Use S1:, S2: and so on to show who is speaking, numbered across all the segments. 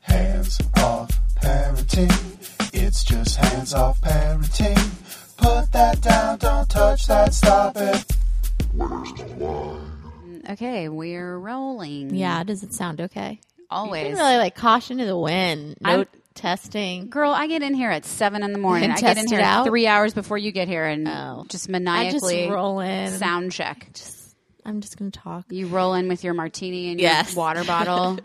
S1: Hands off parenting. It's just hands off parenting. Put that down, don't touch that, stop it.
S2: Okay, we're rolling.
S3: Yeah, does it sound okay? You
S2: always.
S3: can really like caution to the wind. No
S2: I'm-
S3: testing.
S2: Girl, I get in here at seven in the morning.
S3: And
S2: I get in
S3: test
S2: here
S3: it out?
S2: three hours before you get here, and
S3: Oh.
S2: just
S3: I just
S2: maniacally
S3: roll in.
S2: sound check.
S3: I'm just gonna talk.
S2: You roll in with your martini and
S3: Yes.
S2: your water bottle,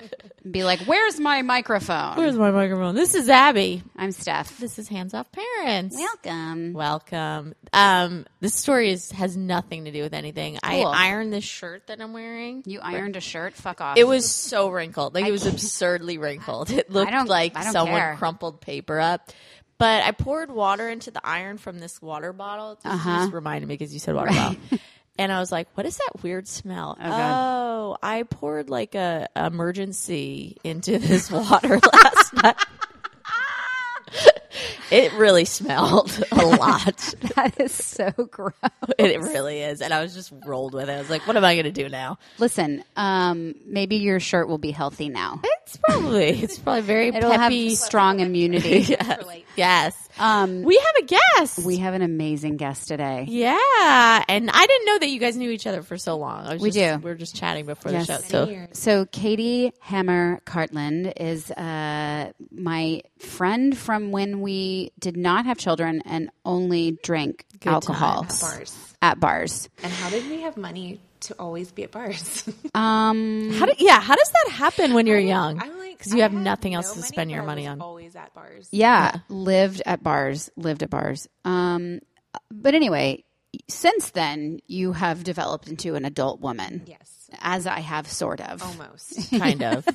S2: and be like, "Where's my microphone?"
S3: Where's my microphone? This is Abby.
S2: I'm Steph.
S3: This is Hands Off Parents.
S2: Welcome.
S3: Welcome. Um, this story is has nothing to do with anything. I
S2: Cool.
S3: ironed this shirt that I'm wearing.
S2: You ironed a shirt. Fuck off.
S3: It was so wrinkled. Like it was absurdly wrinkled. It looked
S2: don't-
S3: like
S2: I don't
S3: someone
S2: care.
S3: crumpled paper up. But I poured water into the iron from this water bottle. This just reminded me because you said water bottle. And I was like, what is that weird smell? Oh, I poured like a emergency into this water last night. it really smelled a lot.
S2: that is so gross.
S3: it really is. And I was just rolled with it. I was like, what am I going to do now?
S2: Listen, um, maybe your shirt will be healthy now.
S3: It's probably, it's probably very
S2: It'll
S3: peppy.
S2: have strong immunity.
S3: yes. yes.
S2: Um,
S3: we have a guest.
S2: we have an amazing guest today.
S3: yeah, and I didn't know that you guys knew each other for so long. I was
S2: We
S3: just,
S2: do.
S3: We were just chatting before
S2: Yes.
S3: the show. So
S2: So Katie Hammer Cartland is uh, my friend from when we did not have children and only drank alcohol
S3: times.
S4: bars.
S2: at bars.
S4: And how did we have money to always be at bars?
S2: Um,
S3: how do, yeah, how does that happen when you're young?
S4: I'm like,
S3: because you
S4: I
S3: have
S4: had
S3: nothing else
S4: no
S3: to spend your
S4: but I
S3: money
S4: was
S3: on.
S4: Always at bars.
S2: yeah, lived at bars, lived at bars. Um, but anyway, since then you have developed into an adult woman.
S4: Yes.
S2: As I have sort of.
S3: Oh
S4: Almost.
S3: Kind of,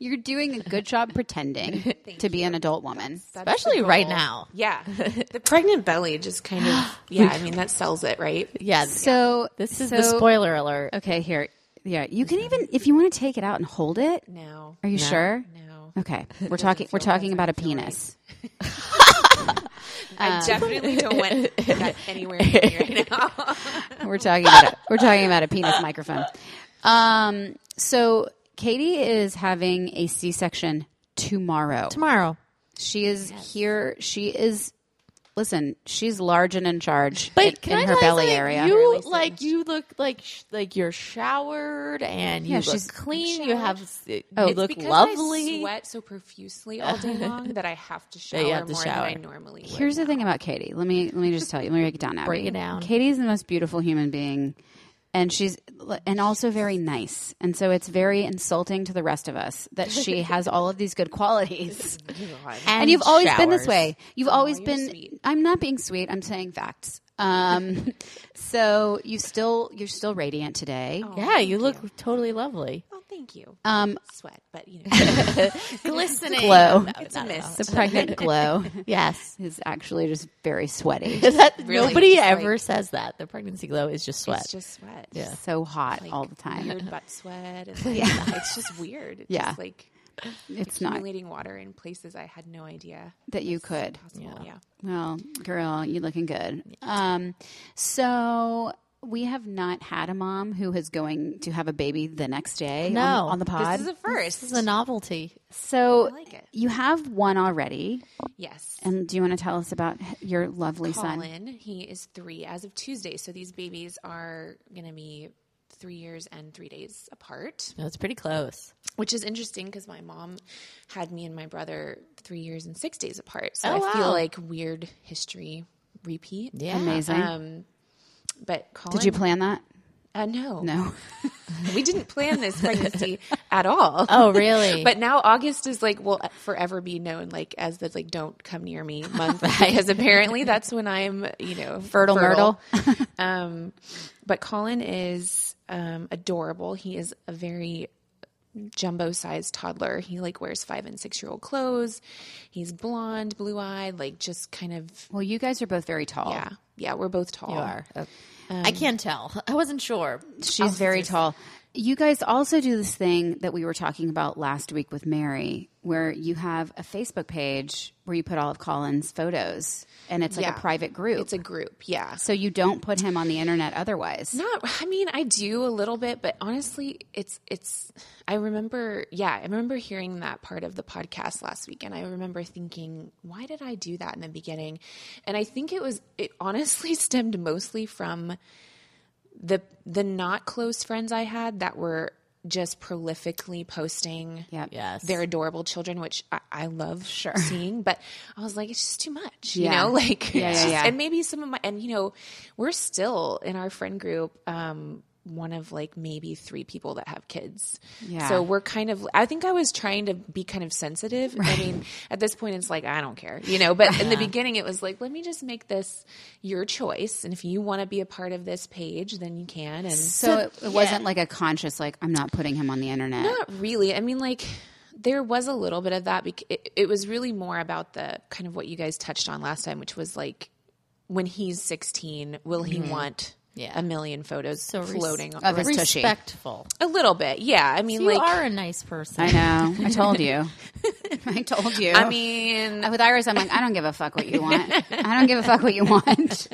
S2: You're doing a good job pretending to be an adult woman.
S4: That's
S3: especially
S4: the goal.
S3: right now.
S4: Yeah. The pregnant belly just kind of, yeah, I mean, that sells it, right?
S3: Yeah,
S2: So
S3: this is
S2: so-
S3: the spoiler alert.
S2: Okay, here. Yeah, you can even if you want to take it out and hold it.
S4: No.
S2: Are you sure?
S4: No.
S2: Okay, we're talking. We're talking about a penis.
S4: I
S3: Um.
S4: definitely don't want that anywhere near me right now.
S2: We're talking about. A, we're talking about a penis microphone. Um. So Katie is having a C-section tomorrow.
S3: Tomorrow,
S2: She is here. She is. Listen, she's large and in charge in,
S3: but can
S2: in
S3: I
S2: her
S3: tell
S2: belly
S3: you something?
S2: area.
S3: You like you look like sh- like you're showered and you
S2: Yeah,
S3: look
S2: she's
S3: clean. You have
S2: Oh.
S3: you
S2: It's
S3: look
S4: Because
S3: lovely.
S4: I sweat so profusely all day long that I have to shower
S3: you have to
S4: more
S3: shower.
S4: than I normally would.
S2: Here's the thing about Katie. Let me let me just tell you. Let me break it down. Abby.
S3: Break it down.
S2: Katie is the most beautiful human being, and she's and also very nice. And so it's very insulting to the rest of us that she has all of these good qualities. And, you've always been this
S3: showers. Oh,
S2: way. You've always been.
S4: sweet.
S2: I'm not being sweet. I'm saying facts. Um, so you still you're still radiant today.
S3: Yeah, you look totally lovely.
S4: Oh, thank you.
S2: Um,
S4: Sweat, but you know,
S3: Glistening.
S2: Glow.
S3: it's a
S4: miss.
S2: the pregnant glow
S3: Yes.
S2: is actually just very sweaty.
S3: That,
S4: Really,
S3: nobody
S4: just
S3: ever
S4: like-
S3: says that. The pregnancy glow is just sweat.
S4: it's just sweat.
S3: Yeah.
S2: So hot all the time.
S4: Weird butt sweat. And like, yeah. It's just weird. It's
S2: Yeah.
S4: Just like
S2: It's not
S4: accumulating water in places I had no idea
S2: that you could.
S4: possible. Yeah.
S2: Well, girl, you looking good. Um, so we have not had a mom who is going to have a baby the next day. on-
S3: No.
S2: on, the pod.
S4: This is a first.
S3: This is a novelty.
S2: so
S4: like it.
S2: you have one already,
S4: yes.
S2: and do you want to tell us about h- your lovely son?
S4: Colin, he is three as of Tuesday. So these babies are going to be three years and three days apart,
S3: No, it's pretty close.
S4: which is interesting because my mom had me and my brother three years and six days apart. So
S3: Oh,
S4: I
S3: wow.
S4: feel like weird history repeat.
S3: Yeah.
S2: Amazing.
S4: Um, but Colin,
S2: Did you plan that?
S4: Uh, no,
S2: No.
S4: we didn't plan this pregnancy at all.
S3: Oh, really?
S4: But now August is like will forever be known like as the like don't come near me month because apparently that's when I'm you know
S2: Fertile
S4: myrtle. um, but Colin is um, adorable. He is a very jumbo sized toddler. He like wears five and six year old clothes. He's blonde, blue eyed, like just kind of
S2: Well, you guys are both very tall.
S4: yeah yeah. We're both tall.
S3: Um, you are. I can tell. I wasn't sure.
S4: Oh,
S2: She's very tall. you guys also do this thing that we were talking about last week with Mary, where you have a Facebook page where you put all of Colin's photos, and it's like
S4: Yeah.
S2: a private group.
S4: It's a group, yeah.
S2: so you don't put him on the internet otherwise.
S4: Not, I mean, I do a little bit, but honestly, it's it's. I remember, yeah, I remember hearing that part of the podcast last week, and I remember thinking, why did I do that in the beginning? And I think it was, it honestly stemmed mostly from the the not close friends I had that were just prolifically posting
S2: Yep.
S3: Yes.
S4: their adorable children, which I, I love seeing, but I was like, it's just too much,
S2: Yeah.
S4: you know, like,
S2: Yeah,
S4: it's
S2: yeah,
S4: just-
S2: yeah.
S4: and maybe some of my, and you know, we're still in our friend group, um, one of like maybe three people that have kids.
S2: Yeah.
S4: So we're kind of, I think I was trying to be kind of sensitive. I mean, at this point, it's like, I don't care, you know, but in the beginning, it was like, let me just make this your choice. And if you want to be a part of this page, then you can. And
S2: So it, it wasn't like a conscious, like I'm not putting him on the internet.
S4: not really. I mean, like there was a little bit of that. Bec- it, it was really more about the kind of what you guys touched on last time, which was like when he's 16, will he want
S3: Mm-hmm. Yeah.
S4: a million photos
S3: So res-
S4: floating? on
S2: of his tushy.
S3: respectful.
S4: a little bit, yeah. I mean,
S3: You
S4: like
S3: are a nice person.
S2: I know. I told you. I told you.
S4: I mean,
S2: with Iris, I'm like, I don't give a fuck what you want. I don't give a fuck what you want.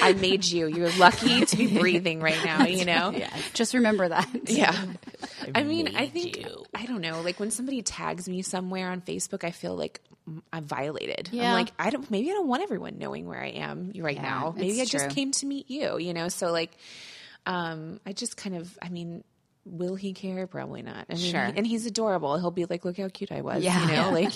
S4: I made you. You're lucky to be breathing right now. You know.
S2: Just remember that.
S4: Yeah. I mean, I think I don't know. Like when somebody tags me somewhere on Facebook, I feel like mm, I'm violated.
S3: Yeah.
S4: I'm like, I don't. Maybe I don't want everyone knowing where I am right now. Maybe I
S2: it's
S4: just
S2: true.
S4: came to meet you. You know. So like, um, I just kind of. I mean. Will he care? Probably not. I mean,
S2: Sure.
S4: and he's adorable. He'll be like, "Look how cute I was."
S2: Yeah.
S4: You know, like,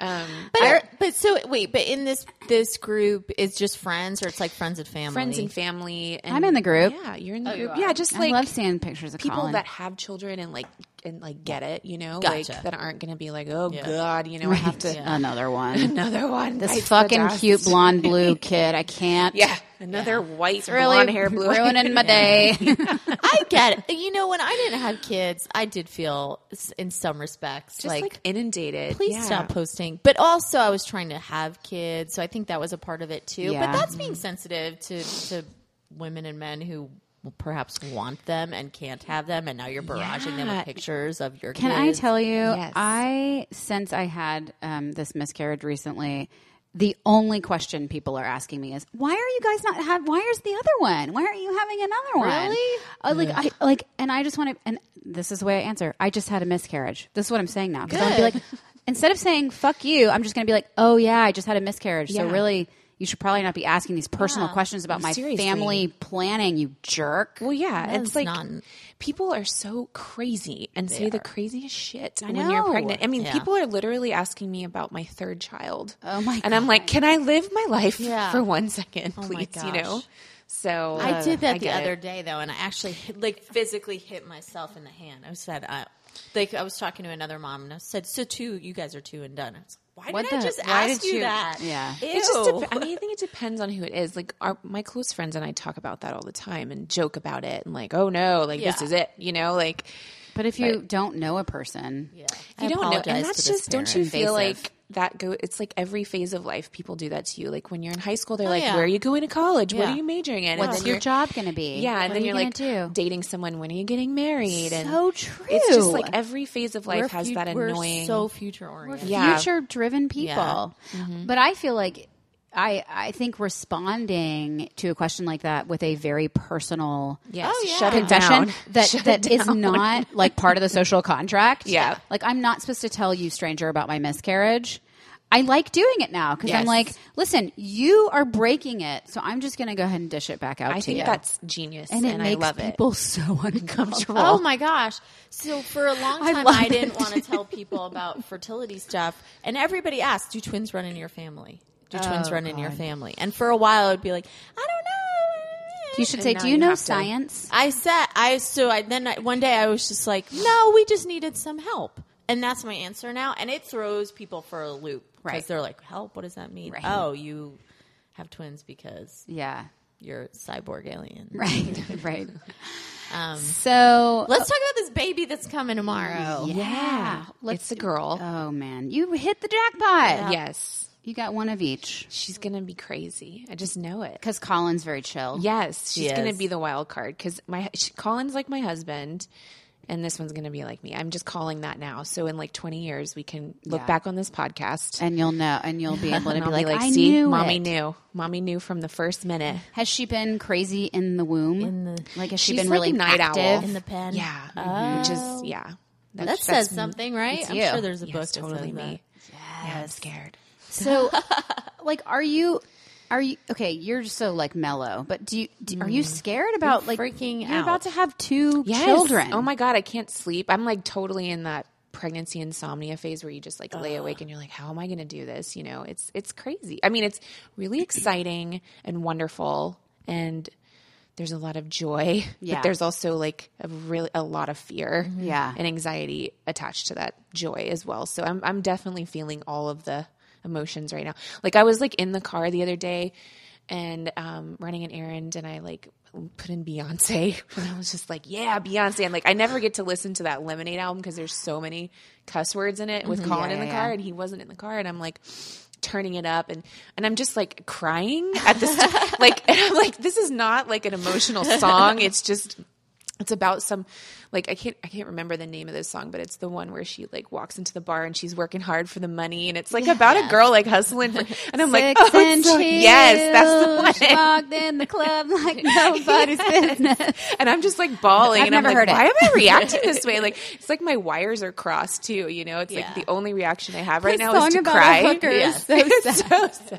S4: um,
S3: But, but so wait, but in this this group, it's just friends or it's like friends and family.
S4: friends and family. And
S2: I'm in the group.
S4: Yeah, you're in the group.
S3: are.
S4: Yeah, just like
S2: I love seeing pictures of
S4: people
S2: Colin.
S4: that have children and like and like get it, you know,
S3: Gotcha.
S4: like that aren't going to be like, oh
S3: Yeah.
S4: god, you know, I have to
S2: Another one.
S4: another one.
S2: This
S4: bites the
S2: fucking
S4: dust.
S2: cute blonde blue kid. I can't.
S4: yeah, another white
S2: Really
S4: blonde hair, blue
S2: ruining my day.
S3: I get it. You know, when I didn't have kids, I did feel s- in some respects
S4: just like, inundated.
S3: please
S4: Yeah.
S3: stop posting. But also, I was trying to have kids, so I think that was a part of it too.
S2: Yeah.
S3: But that's being sensitive to to women and men who perhaps want them and can't have them, and now you're barraging them
S4: Yeah.
S3: with pictures of your.
S2: Can I
S3: kids.
S2: tell you?
S4: Yes.
S2: I since I had um, this miscarriage recently, the only question people are asking me is, "Why are you guys not have? Why is the other one? Why aren't you having another one?"
S3: Really?
S2: Uh, like I like, and I just want to. And this is the way I answer. I just had a miscarriage. This is what I'm saying now. Because I'm gonna be like, instead of saying "fuck you," I'm just going to be like, "Oh yeah, I just had a miscarriage." So
S4: Yeah.
S2: really. You should probably not be asking these personal questions about my
S4: Seriously.
S2: family planning, you jerk.
S4: Well, yeah, it's
S3: is
S4: like
S3: not-
S4: people are so crazy and say the craziest shit when you're
S2: know.
S4: pregnant. I mean,
S3: Yeah.
S4: people are literally asking me about my third child.
S2: Oh, my
S4: And I'm like, can I live my life
S3: Yeah. Oh
S4: for one second,
S3: my
S4: please? You
S3: gosh.
S4: know. So
S3: I did that
S4: I
S3: the
S4: get it.
S3: other day though, and I actually hit, like physically hit myself in the hand. I said, I, like I was talking to another mom, and I said, "So two, you guys are two and done." I was like, why
S2: What
S3: did I
S2: the-
S3: just
S2: why
S3: ask
S2: did
S3: you,
S2: you-
S3: that?
S2: Yeah.
S3: Ew.
S4: It just dep- I mean, I think it depends on who it is. Like our my close friends and I talk about that all the time and joke about it and like, oh no, like this
S3: Yeah.
S4: is it, you know, like
S2: But if you don't know a person,
S3: yeah.
S4: you
S3: I
S4: don't know.
S3: apologize
S4: And
S3: to
S4: that's
S3: this
S4: just don't you
S3: parent.
S4: feel
S2: Invasive.
S4: like that go it's like every phase of life people do that to you. Like when you're in high school, they're like,
S3: yeah.
S4: Where are you going to college? What
S3: Yeah.
S4: are you majoring in? And
S2: Oh, what's
S4: then
S2: your
S4: you're-
S2: job going to be?
S4: Yeah,
S2: What
S4: and then
S2: are
S4: you're
S2: you
S4: like
S2: gonna do?
S4: dating someone, when are you getting married? And
S2: So true.
S4: it's just like every phase of life
S3: We're
S4: has
S3: fut-
S4: that
S3: we're
S4: annoying
S3: so future oriented.
S4: e- Yeah. Mm-hmm.
S2: future driven people. But I feel like I I think responding to a question like that with a very personal
S4: Yes,
S3: Oh, yeah.
S4: shut it
S2: confession
S4: down.
S2: that
S4: Shut
S2: that
S4: it
S2: is
S4: down.
S2: not like part of the social contract.
S4: Yeah.
S2: Like I'm not supposed to tell you stranger about my miscarriage. I like doing it now because I'm
S4: Yes.
S2: like, listen, you are breaking it, so I'm just going to go ahead and dish it back out to
S4: I think
S2: you.
S4: that's genius
S2: and
S4: and,
S2: it
S4: I
S2: makes
S4: love it.
S2: people so uncomfortable.
S3: Oh my gosh. So for a long
S2: I
S3: time
S2: love
S3: I, didn't
S2: it.
S3: want to tell people about fertility stuff and everybody asked, Do twins run in your family? Do
S2: Oh,
S3: twins run in your family? And for a while I would be like, I don't know.
S2: You should
S4: And
S2: say,
S4: now
S2: "Do you
S4: you
S2: know
S4: have to-
S2: science?"
S3: I said I so I then I, one day I was just like, no, we just needed some help, and that's my answer now, and it throws people for a loop because
S2: Right.
S3: they're like, help? What does that mean?
S2: Right.
S3: Oh, you have twins because
S2: Yeah.
S3: you're cyborg alien.
S2: Right. right.
S3: Um,
S2: So
S3: let's talk about this baby that's coming tomorrow.
S2: yeah.
S4: It's a girl.
S2: Oh man, you hit the jackpot.
S4: Yes.
S2: You got one of each.
S4: She's gonna be crazy. I just know it.
S2: Because Colin's very chill.
S4: Yes, she's gonna
S5: is.
S4: be the wild card because my she, Colin's like my husband, and this one's gonna be like me. I'm just calling that now. So in like 20 years, we can look
S2: Yeah.
S4: back on this podcast
S2: And you'll know, and you'll be able to
S4: and
S2: be
S4: I'll
S2: like, I
S4: "See,
S2: knew
S4: mommy
S2: it."
S4: knew, mommy knew from the first minute."
S2: Has she been crazy in the womb? like, has she
S4: She's
S2: been
S4: like
S2: really
S4: a night owl.
S2: active?
S5: in the pen.
S4: Yeah,
S2: oh.
S4: which is yeah,
S5: that
S4: That's-
S5: says
S4: that's-
S5: something, right? I'm
S2: you.
S5: sure there's a book
S4: That's
S5: that
S4: totally
S5: says that.
S4: me. Yeah, I'm scared.
S2: So, like, are you? Are you okay? You're so like mellow, but do you? Do, are
S4: Mm-hmm.
S2: you scared about like
S5: freaking
S2: You're about
S5: out.
S2: to have two
S4: Yes.
S2: children.
S4: Oh my god, I can't sleep. I'm like totally in that pregnancy insomnia phase where you just like lay awake and you're like, how am I going to do this? You know, it's it's crazy. I mean, it's really exciting and wonderful, and there's a lot of joy,
S2: Yeah. Mm-hmm.
S4: but there's also like a really a lot of fear,
S2: Yeah.
S4: and anxiety attached to that joy as well. So I'm I'm definitely feeling all of the emotions right now. Like I was like in the car the other day and um running an errand and I like put in Beyonce and I was just like, yeah, Beyonce. And like I never get to listen to that Lemonade album because there's so many cuss words in it with Colin in the car and he wasn't in the car and I'm like turning it up and and I'm just like crying at this like and I'm like this is not like an emotional song. It's just it's about some like I can't I can't remember the name of this song, but it's the one where she like walks into the bar and she's working hard for the money, and it's like about a girl like hustling, for, and I'm like,
S2: Six
S4: oh,
S2: and
S4: so- yes, that's the
S2: chilled,
S4: one,
S2: Locked in the club like nobody's business.
S4: and I'm just like bawling,
S2: I've
S4: and I'm
S2: never heard
S4: like,
S2: it.
S4: why am I reacting this way? Like it's like my wires are crossed too, you know? It's
S5: Yeah.
S4: like the only reaction I have right
S2: This
S4: now
S2: song
S4: is to
S2: about
S4: cry.
S2: a hooker
S5: Yeah.
S2: is so sad.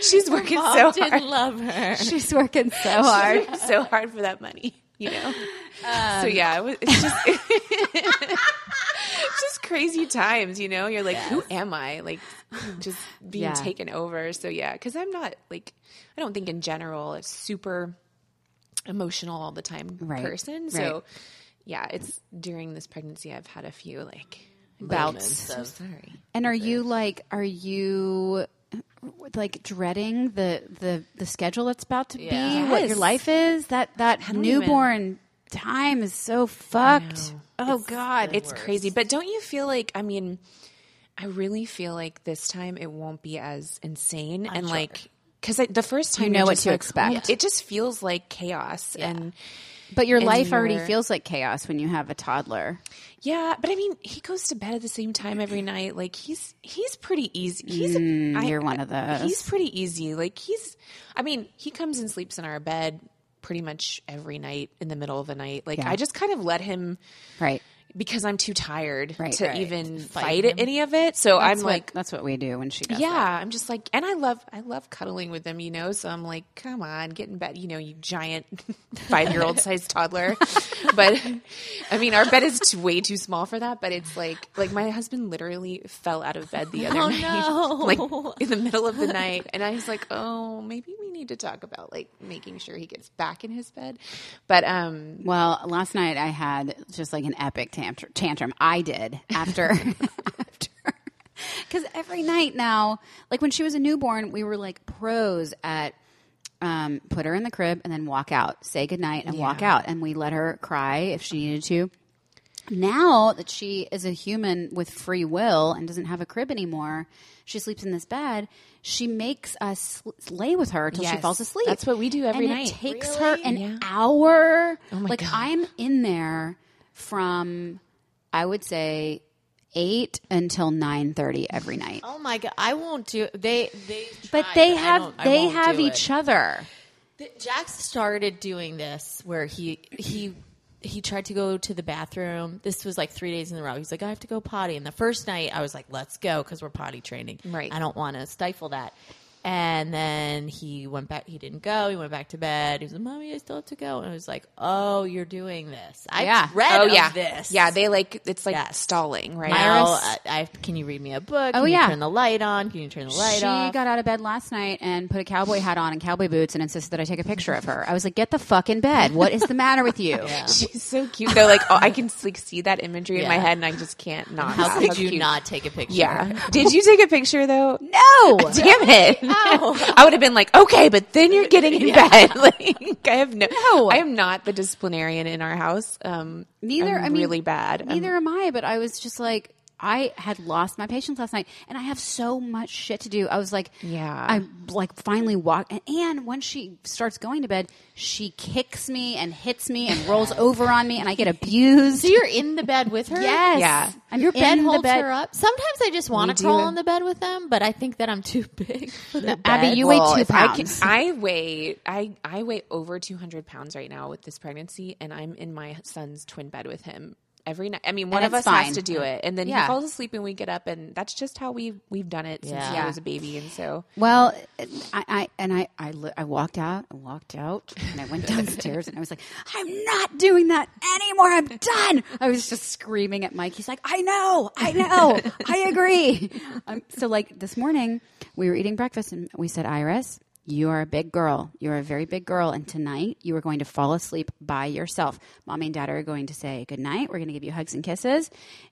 S4: She's working
S5: Mom
S4: so
S5: didn't
S4: hard,
S5: love her.
S2: She's working so hard.
S4: so hard for that money, you know?
S2: Um,
S4: so yeah, it was, it's just it's just crazy times, you know? You're like, who am I? Like just being
S2: Yeah.
S4: taken over. So yeah, cuz I'm not like I don't think in general a super emotional all the time
S2: Right,
S4: person. So yeah, it's during this pregnancy I've had a few like
S2: Bouts.
S4: I'm so sorry.
S2: And are you like, are you like dreading the the the schedule that's about to be?
S5: Yeah.
S2: What your life is? That that newborn time is so fucked. Oh God,
S4: It's crazy. But don't you feel like I mean I really feel like this time it won't be as insane and like because the first time
S2: know
S4: you're
S2: what
S4: just
S2: to
S4: like, oh my-
S2: expect.
S4: it just feels like chaos and
S2: But your life already
S4: you're-
S2: feels like chaos when you have a toddler.
S4: Yeah, but I mean, he goes to bed at the same time every night. Like he's he's pretty easy. He's a- I-
S2: Mm, you're one of those.
S4: He's pretty easy. Like he's, I mean, he comes and sleeps in our bed pretty much every night in the middle of the night. Like
S2: Yeah.
S4: I just kind of let him
S2: Right.
S4: because I'm too tired
S2: Right.
S4: to
S2: Right.
S4: even fight, it any of it. So
S2: That's
S4: I'm
S2: what-
S4: like.
S2: that's what we do when she does.
S4: Yeah,
S2: it.
S4: I'm just like, and I love, I love cuddling with him, you know. So I'm like, come on, get in bed, you know, you giant five year old sized toddler. But I mean, our bed is too, way too small for that. But it's like, like my husband literally fell out of bed the other
S5: Oh,
S4: night,
S5: no.
S4: like in the middle of the night, and I was like, oh, maybe we need to talk about like making sure he gets back in his bed. But um,
S2: Well, last night I had just like an epic tantr- tantrum. I did after after because every night now, like when she was a newborn, we were like pros at um, put her in the crib and then walk out, say goodnight and walk out, and we let her cry if she needed to. Now that she is a human with free will and doesn't have a crib anymore, she sleeps in this bed. She makes us sl- lay with her till she
S4: Yes.
S2: falls asleep.
S4: That's what we do every
S2: And
S4: night.
S2: It takes her an hour. like I'm in there from I would say eight until nine thirty every night.
S5: Oh my god, I won't do they they
S2: but
S5: tried,
S2: they
S5: I
S2: have
S5: don't- I
S2: they
S5: won't
S2: have
S5: do it.
S2: each other.
S5: Th- Jack started doing this where he he he tried to go to the bathroom. This was like three days in a row. He's like, I have to go potty. And the first night, I was like, Let's go because we're potty training.
S4: Right.
S5: I don't want to stifle that. And then he went back. He didn't go. He went back to bed. He was like, "Mommy, I still have to go." And I was like, "Oh, you're doing this. I
S2: Yeah.
S5: read
S4: oh
S5: of
S4: yeah,
S5: this.
S4: yeah, they like it's like
S5: Yes.
S4: stalling, right?
S5: Now,
S3: uh,
S5: I, I, can you read me a book? Can
S2: Oh,
S5: you
S2: yeah.
S5: Turn the light on. Can you turn the light
S2: she
S5: off?
S2: got out of bed last night and put a cowboy hat on and cowboy boots and insisted that I take a picture of her. I was like, "Get the fuck in bed! What is the matter with you?"
S4: She's so cute though. Like oh, I can like see that imagery in my
S5: Yeah.
S4: head, and I just can't not.
S5: How
S4: laugh.
S5: could you
S4: cute.
S5: not take a picture?
S4: Yeah. Did you take a picture though?
S2: No,
S4: Damn it! I would have been like, okay, but then you're getting in bed. Like I have no,
S2: No.
S4: I am not the disciplinarian in our house. Um,
S2: neither.
S4: I'm
S2: I mean,
S4: really bad. I'm-
S2: Neither am I. But I was just like, I had lost my patience last night, and I have so much shit to do. I was like,
S4: Yeah.
S2: I like finally walk. And, and when she starts going to bed, she kicks me and hits me and rolls over on me, and I get abused.
S3: So you're in the bed with her?
S2: Yes.
S4: Yeah.
S2: I'm
S3: Your bed
S2: in the
S3: holds
S2: bed.
S3: her up. Sometimes I just want to
S4: do
S3: crawl
S4: that.
S3: in the bed with them, but I think that I'm too big. For the
S2: Abby,
S3: bed.
S2: you
S4: Well,
S2: weigh two
S4: if I can-
S2: pounds.
S4: I, weigh I I weigh over two hundred pounds right now with this pregnancy, and I'm in my son's twin bed with him every night. I mean, one
S2: And
S4: of us
S2: it's fine.
S4: has to do it, and then
S2: Yeah.
S4: he falls asleep, and we get up, and that's just how we we've done it since
S3: Yeah.
S4: he was a baby, and so
S2: Well, I, I and I I, li- I walked out, I walked out, and I went downstairs, and I was like, "I'm not doing that anymore. I'm done." I was just screaming at Mike. He's like, "I know, I know, I agree." Um, so, like this morning, we were eating breakfast, and we said, "Iris, you are a big girl. You are a very big girl, and tonight you are going to fall asleep by yourself. Mommy and Dad are going to say goodnight. We're going to give you hugs and kisses,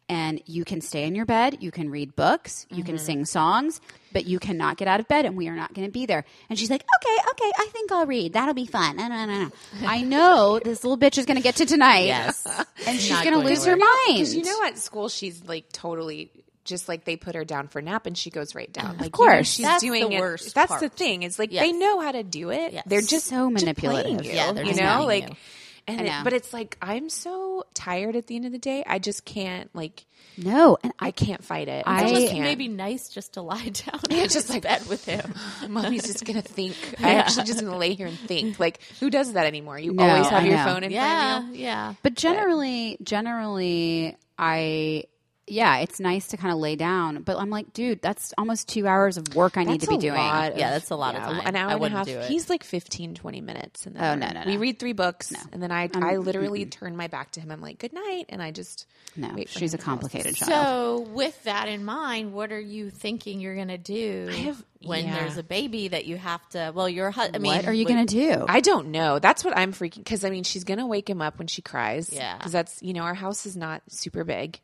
S2: and you can stay in your bed. You can read books. You can sing songs, but you cannot get out of bed, and we are not going to be there." And she's like, "Okay, okay, I think I'll read. That'll be fun." No, no, no, no. I know this little bitch is going to get to tonight,
S3: Yes.
S2: and she's
S3: Not
S2: going to
S3: going
S2: lose her mind.
S4: because you know at school she's like totally. Just like they put her down for a nap and she goes right down. Like, you know
S2: course.
S4: she's
S3: That's
S4: doing
S3: the
S4: it.
S3: worst
S4: that's the
S3: part.
S4: thing. It's like
S3: Yes.
S4: they know how to do it.
S3: Yes.
S4: They're just
S2: So
S4: just playing
S2: manipulative.
S4: you,
S3: Yeah, they're
S4: you
S3: just
S4: know,
S3: playing
S4: like,
S3: you.
S4: and
S2: I
S4: it-
S2: know.
S4: but it's like I'm so tired at the end of the day. I just can't like
S2: no, and
S4: I
S2: I
S4: can't fight it.
S2: I-
S4: I,
S2: Just
S4: just
S3: It's
S4: can't.
S3: maybe nice just to lie down in just like bed with him.
S4: Mommy's just gonna think. I'm actually just gonna lay here and think. Like, who does that anymore? You
S2: No,
S4: always have
S2: I
S4: your
S2: know.
S4: phone in front
S3: Yeah,
S4: of you.
S3: yeah.
S2: But generally, generally, I yeah, it's nice to kind of lay down. But I'm like, dude, that's almost two hours of work I need to
S4: That's
S2: be
S4: a
S2: doing.
S4: lot
S3: Yeah, that's a lot of time.
S4: An
S3: I
S4: hour and a
S3: wouldn't
S4: half.
S3: do it.
S4: He's like 15, 20 minutes. And then
S2: Oh,
S4: we're-
S2: no, no,
S4: We
S2: no.
S4: read three books, and then I I literally turn my back to him. I'm like, good night, and I just
S2: No,
S4: wait for
S2: she's a
S4: him to fall asleep.
S2: complicated child.
S3: So, with that in mind, what are you thinking you're going to do
S4: have-
S3: when
S4: yeah.
S3: there's a baby that you have to? Well, your hu- I mean,
S2: what are you
S3: with-
S2: going to do?
S4: I don't know. That's what I'm freaking because I mean she's gonna wake him up when she cries.
S3: Yeah.
S4: because that's you know our house is not super big,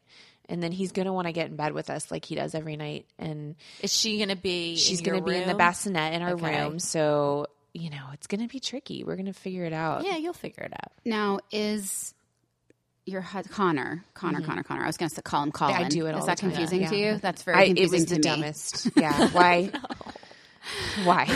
S4: and then he's gonna want to get in bed with us like he does every night, and
S3: Is she going to be?
S4: she's
S3: going to
S4: be in the bassinet in our
S3: Okay.
S4: room. So you know it's gonna be tricky. We're gonna figure it out.
S3: Yeah, you'll figure it out.
S2: now is your hu- Connor, Connor, Connor, Connor. I was going to call him Colin.
S4: Mm-hmm. I do it all
S2: Is
S4: the
S2: that
S4: time.
S2: confusing
S4: Yeah.
S2: to you? That's very
S4: I, it
S2: confusing
S4: was
S2: to
S4: the
S2: me.
S4: dumbest. Yeah, why? Why?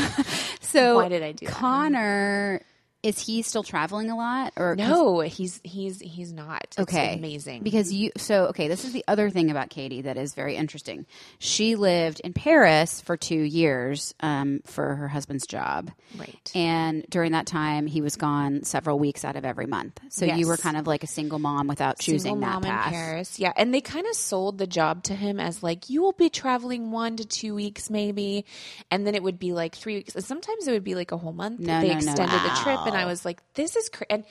S2: So
S4: Why did I do that?
S2: Connor? Is he still traveling a lot? Or
S4: No, he's he's he's not. It's
S2: okay
S4: amazing.
S2: because you so okay this is the other thing about katie that is very interesting she lived in paris for two years um, for her husband's job
S4: Right.
S2: and during that time he was gone several weeks out of every month so you
S4: Yes.
S2: were kind of like a single mom without choosing
S4: single
S2: that
S4: mom
S2: path
S4: in Paris. Yeah, and they kind of sold the job to him as like you will be traveling one to two weeks maybe, and then it would be like three weeks. And sometimes it would be like a whole month.
S2: No,
S4: they
S2: no, no.
S4: extended the trip, and I was like, this is cra and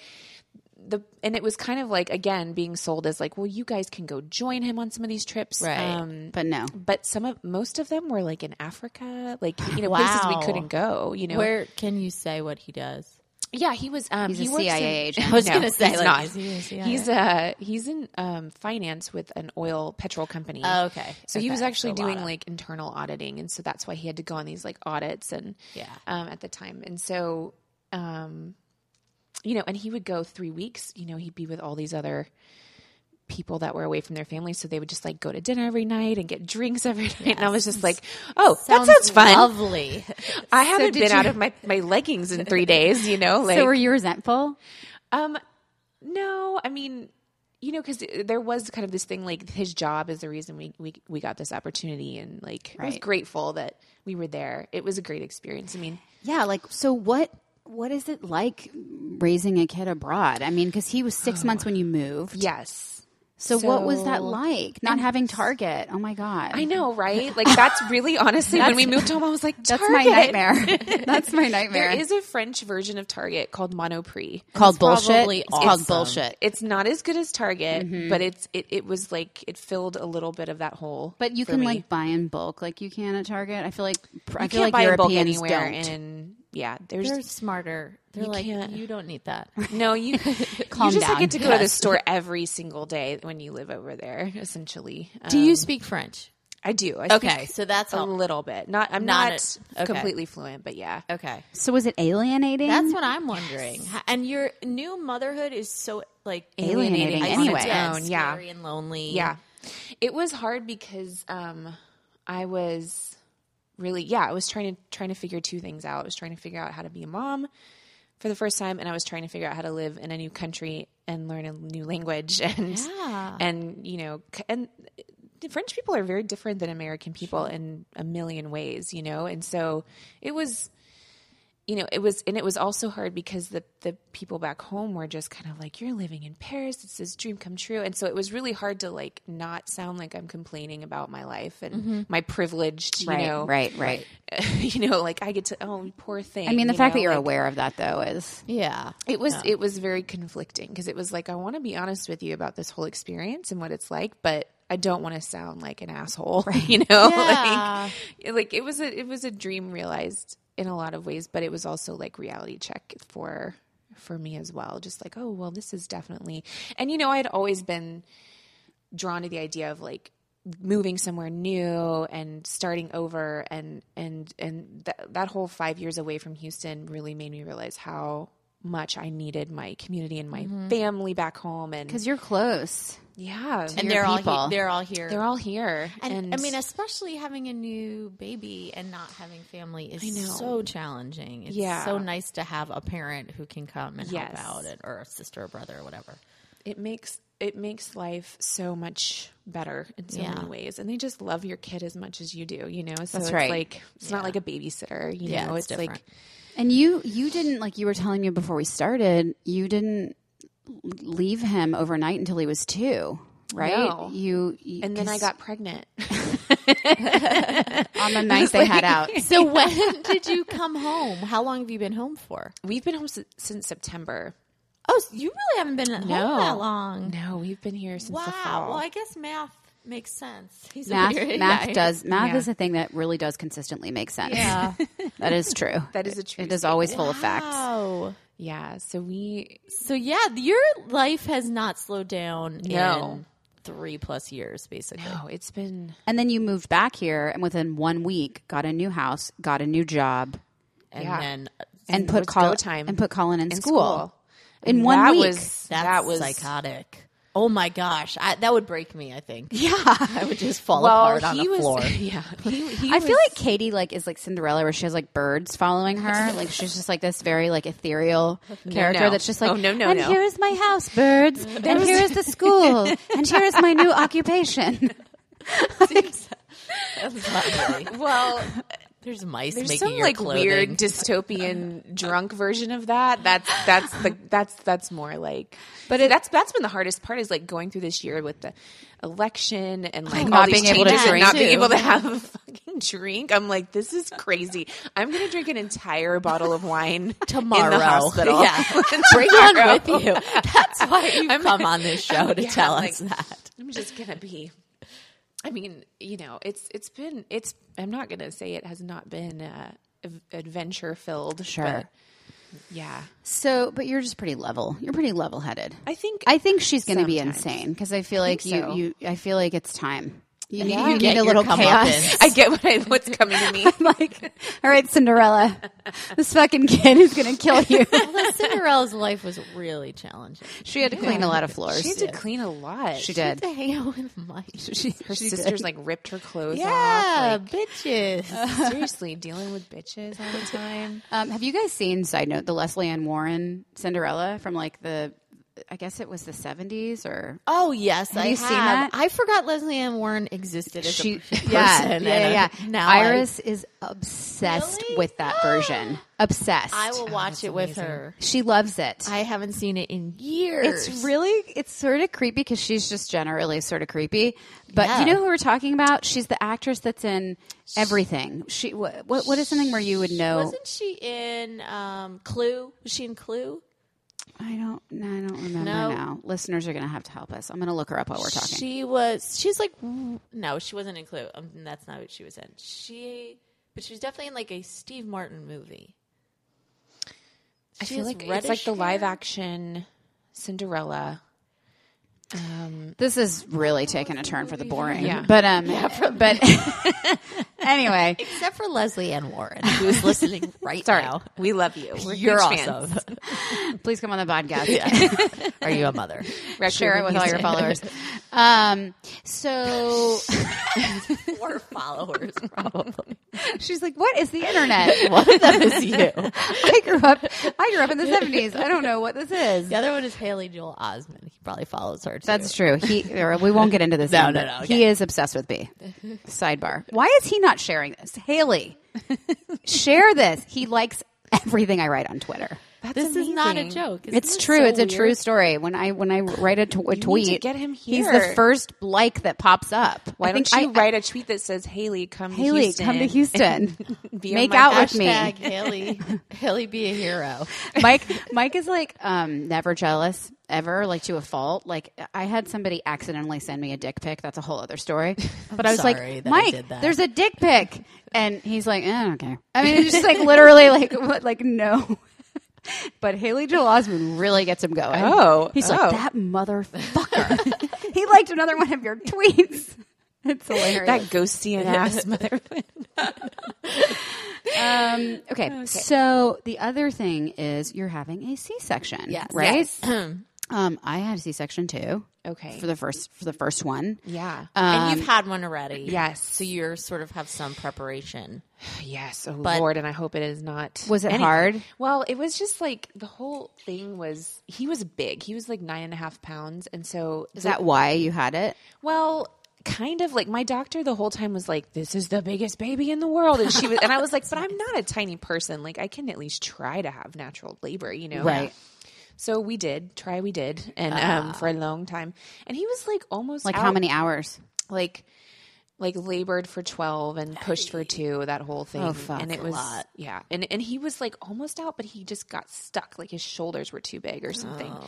S4: the and it was kind of like again being sold as like, well, you guys can go join him on some of these trips,
S3: Right.
S4: Um,
S2: but no
S4: but some of most of them were like in Africa, like you know places
S3: Wow.
S4: we couldn't go. You know,
S3: Where can you say what he does?
S4: yeah, he was. Um,
S2: He's
S4: he
S2: a
S4: works
S2: CIA
S4: in-
S2: agent.
S3: I was
S4: No,
S3: going to say,
S4: he's
S3: like,
S4: not.
S3: is he a CIA?
S4: He's uh he's in um, finance with an oil petrol company.
S3: Oh, okay.
S4: So he was
S3: Okay.
S4: actually
S3: So a lot
S4: doing
S3: of-
S4: like internal auditing, and so that's why he had to go on these like audits and
S3: Yeah.
S4: um, at the time, and so um, you know, and he would go three weeks. You know, he'd be with all these other people that were away from their families, so they would just like go to dinner every night and get drinks every night. And I was just like, oh, that sounds fun.
S3: Lovely.
S4: I haven't
S2: did
S4: been out
S2: you-
S4: of my my leggings in three days. You know, like
S2: so were you resentful
S4: um, no, I mean, you know, because there was kind of this thing like his job is the reason we we, we got this opportunity, and like I was
S2: Right.
S4: grateful that we were there. It was a great experience. I mean,
S2: yeah like so what what is it like raising a kid abroad i mean because he was six months when you moved
S4: yes,
S2: Oh. so, what was that
S4: so-
S2: like not having target oh my god
S4: I know, right? Like that's really honestly when we moved home, I was like,
S2: that's my
S4: "Target."
S2: nightmare. that's my nightmare.
S4: There is a French version of Target called Monoprix.
S2: called
S3: That's
S2: bullshit.
S3: probably
S2: It's called
S3: awesome.
S2: bullshit.
S4: It's not as good as Target,
S2: Mm-hmm.
S4: but it's it, it was like it filled a little bit of that hole.
S2: But you
S4: for
S2: can
S4: me.
S2: like buy in bulk, like you can at Target. I feel like I
S4: you
S2: feel
S4: can't
S2: like
S4: buy in bulk
S2: Europeans
S4: anywhere,
S2: don't.
S4: and yeah,
S3: They're
S4: there's
S3: smarter. They're
S4: You
S3: like,
S4: can't-
S3: you don't need that.
S4: No, you
S2: Calm
S4: you just
S2: down.
S4: get to go to the store every single day when you live over there. Essentially,
S3: Do you
S4: Um,
S3: speak French?
S4: I do. I speak
S3: Okay, so that's
S4: a
S3: helpful.
S4: little bit. Not I'm
S3: Not
S4: not,
S3: a- okay.
S4: completely fluent, but yeah.
S3: Okay.
S2: So was it alienating?
S3: That's what I'm wondering. And your new motherhood is so like
S2: Alienating
S3: isolated,
S2: anyway.
S3: yeah,
S4: Yeah.
S3: scary and lonely.
S4: Yeah. It was hard because um, I was really yeah, I was trying to trying to figure two things out. I was trying to figure out how to be a mom for the first time, and I was trying to figure out how to live in a new country and learn a new language and
S5: Yeah.
S4: and you know c- and the French people are very different than American people in a million ways, you know, and so it was you know, it was, and it was also hard because the the people back home were just kind of like, "You're living in Paris. It's this dream come true," and so it was really hard to like not sound like I'm complaining about my life and my privileged, you
S2: Mm-hmm. right,
S4: know,
S2: right, right.
S4: you know, like I get to, oh, poor thing.
S2: I mean, the
S4: you
S2: fact
S4: know,
S2: that you're
S4: like,
S2: aware of that though is
S5: Yeah.
S4: it was it was very conflicting because it was like I want to be honest with you about this whole experience and what it's like, but I don't want to sound like an asshole, you know?
S5: Yeah.
S4: Like, like it was a it was a dream realized in a lot of ways, but it was also like reality check for for me as well. Just like, oh well, this is definitely, and you know, I had always been drawn to the idea of like moving somewhere new and starting over and and and th- that whole 5 years away from Houston really made me realize how much I needed my community and my
S3: Mm-hmm.
S4: family back home and
S2: because you're close.
S4: yeah
S2: your
S5: And they're all
S2: people.
S5: he- they're all here.
S4: they're all here
S3: And, I mean, uh especially having a new baby and not having family
S4: know.
S3: is so challenging. It's
S4: Yeah.
S3: so nice to have a parent who can come and
S4: Yes.
S3: help out, and, or a sister or brother or whatever.
S4: it makes it makes life so much better in so
S3: Yeah.
S4: many ways and they just love your kid as much as you do you know so it's
S2: right.
S4: like it's not like a babysitter you
S3: Yeah,
S4: know
S3: it's
S4: it's, like
S3: different.
S2: And you you didn't like you were telling me before we started, you didn't leave him overnight until he was 2, right?
S4: No.
S2: You, you-
S4: and then I
S2: 'cause
S4: got pregnant
S2: on the night they had out.
S3: So when did you come home? How long have you been home for?
S4: we've been home si- since September
S3: Oh, so you really haven't been at
S4: No.
S3: home that long.
S4: no we've been here since the
S3: Wow.
S4: fall
S3: Well, I guess math makes sense. He's a
S2: Math,
S3: weird
S2: math
S3: guy.
S2: does math
S4: Yeah.
S2: is a thing that really does consistently make sense. Yeah, that is true.
S4: That is a true
S2: It is always full of facts.
S3: Wow.
S4: yeah so we
S3: Oh. So yeah, your life has not slowed down
S4: No.
S3: in three plus years, basically.
S4: oh it's been
S2: And then you moved back here, and within one week, got a new house, got a new job,
S3: And
S4: Yeah.
S3: then uh,
S2: and,
S4: And
S2: put
S4: it was
S2: Colin
S4: go time
S2: and put Colin in,
S4: in
S2: school.
S4: school.
S2: in
S4: And
S2: one
S4: that
S2: week.
S3: that's
S4: was that was
S3: psychotic. Oh my gosh, I, that would break me. I think. Yeah, I would just fall
S4: well
S3: apart on
S4: he
S3: the
S4: was
S3: floor.
S4: yeah he, he
S2: I
S4: was-
S2: feel like Katie like is like Cinderella where she has like birds following her. Like she's just like this very like ethereal character
S4: no.
S2: that's just like
S4: Oh, no, no,
S2: and
S4: no."
S2: here is my house, birds. and here is the school. and here is my new occupation.
S3: That's not really-
S4: well
S3: There's mice
S4: there's
S3: making
S4: some
S3: your
S4: like
S3: clothing.
S4: weird dystopian drunk version of that that's that's the that's that's more like but it, that's that's been the hardest part is like going through this year with the election and like
S2: not
S4: all these
S2: being able to
S4: changes and
S2: drink,
S4: not Oh, being
S2: too.
S4: able to have a fucking drink i'm like this is crazy i'm gonna drink an entire bottle of wine
S3: tomorrow.
S4: in the hospital
S3: Yeah, bring
S4: Tomorrow.
S3: one with you. That's why you
S4: I'm-
S3: come on this show to
S4: Yeah,
S3: tell
S4: I'm
S3: us
S4: like-
S3: that.
S4: I'm just gonna be. I mean, you know, it's it's been it's. I'm not gonna say it has not been uh, adventure filled.
S2: Sure.
S4: yeah,
S2: So but you're just pretty level. You're pretty level headed.
S4: I think
S2: I think she's gonna be
S4: Sometimes.
S2: insane because I feel like you,
S4: so.
S2: you I feel like it's time. You,
S3: Yeah.
S2: need you need
S3: Get
S2: a
S3: your
S2: little
S3: comeuppance.
S2: chaos.
S4: I get what I, what's coming to me.
S2: like, all right, Cinderella, this fucking kid is gonna kill you.
S3: Although Cinderella's life was really challenging.
S2: she had to clean a lot of floors.
S4: she had to clean a lot.
S2: She did.
S3: To hang out with mice.
S4: Her sisters like ripped her clothes
S3: Yeah,
S4: off.
S3: bitches.
S4: Like, seriously, dealing with bitches all the time.
S2: Um, have you guys seen side note the Leslie Ann Warren Cinderella from like the I guess it was the seventies or
S3: Oh yes, I
S2: you
S3: have.
S2: seen that?
S3: I forgot Leslie Ann Warren existed as a person.
S2: yeah yeah
S3: and
S2: yeah, yeah.
S3: I- Now
S2: Iris is obsessed
S3: Really?
S2: with that version obsessed
S3: I, I will watch it with her.
S2: she loves it
S3: I haven't seen it in years.
S2: it's really it's sort of creepy because she's just generally sort of creepy but
S3: Yeah.
S2: you know who we're talking about she's the actress that's in everything she what what, what is something where you would know
S3: Wasn't she in um, Clue? Was she in Clue?
S2: I don't no, I don't remember
S3: No.
S2: now listeners are gonna have to help us I'm gonna look her up while we're talking
S3: She was. She's like no, she wasn't in Clue. Um, that's not what she was in. She, but she was definitely in like a Steve Martin movie.
S4: I
S3: She
S4: feel
S3: has
S4: like it's like the
S3: reddish
S4: live
S3: hair?
S4: action Cinderella.
S2: This is really taking a turn for the boring.
S4: Yeah.
S2: But um but anyway,
S3: Except for Leslie and Warren, who's listening right now.
S4: We love you. We're
S3: You're
S4: huge fans.
S3: awesome.
S2: please come on the podcast.
S3: Are you a mother?
S2: Share it with all your followers. Um so
S3: Or followers, probably.
S2: she's like, "What is the internet?"
S3: One of them is you.
S2: I grew up I grew up in the 70s. I don't know what this is.
S3: The other one is Haley Joel Osment. He probably follows her too.
S2: That's true. He or we won't get into this. now,
S3: No, no,
S2: but
S3: no,
S2: He
S3: okay.
S2: is obsessed with B. Sidebar. Why is he not sharing this? Haley, share this. He likes everything I write on Twitter.
S3: this is not a
S4: amazing.
S3: joke. Isn't
S2: It's
S3: this
S2: true.
S3: so
S2: it's a
S3: weird?
S2: true story. When I when I write a, tw- a tweet,
S4: get him
S2: He's the
S4: here.
S2: first like that pops up. Why
S4: I think
S2: don't
S4: she write a tweet that says, "Haley, come
S2: Haley
S4: to Houston.
S2: come to Houston?
S4: on
S2: Make
S4: my
S2: out with
S3: Hashtag
S2: me.
S3: Haley. Haley be a hero.
S2: Mike Mike is like um, never jealous ever, like to a fault. Like I had somebody accidentally send me a dick pic. That's a whole other story. But I was
S3: sorry
S2: like,
S3: that I
S2: Mike,
S3: did that."
S2: there's a dick pic, and he's like, eh, I don't care. I mean, it's just like literally like what, like no. But Haley Joel Osment really gets him going.
S4: Oh,
S2: he's
S4: oh.
S2: like that motherfucker. he liked another one of your tweets. It's hilarious.
S4: That ghosty and ass mother.
S2: Um, okay. So the other thing is you're having a C-section,
S3: Yes.
S2: right? um, I had a C-section too.
S4: Okay.
S2: For the first for the first one. Um,
S4: yeah.
S3: and you've had one already.
S4: yes.
S3: So you're sort of have some preparation.
S4: Yes, oh
S3: But-
S4: Lord, and I hope it is not.
S2: Was it hard?
S4: Well, it was just like the whole thing was. He was big. He was like nine and a half pounds, and so
S2: Is that why you had it?
S4: well, kind of like my doctor the whole time was like, "This is the biggest baby in the world," and she was, and I was like, "But I'm not a tiny person. Like I can at least try to have natural labor, you know?"
S2: Right. Uh-huh.
S4: So we did try. We did, and um, for a long time, and he was like almost
S2: Like
S4: out-
S2: how many hours?
S4: like like labored for 12 and pushed for 2 that whole thing
S2: Oh, fuck.
S4: and it was yeah and and he was like almost out but he just got stuck like his shoulders were too big or something
S2: Oh.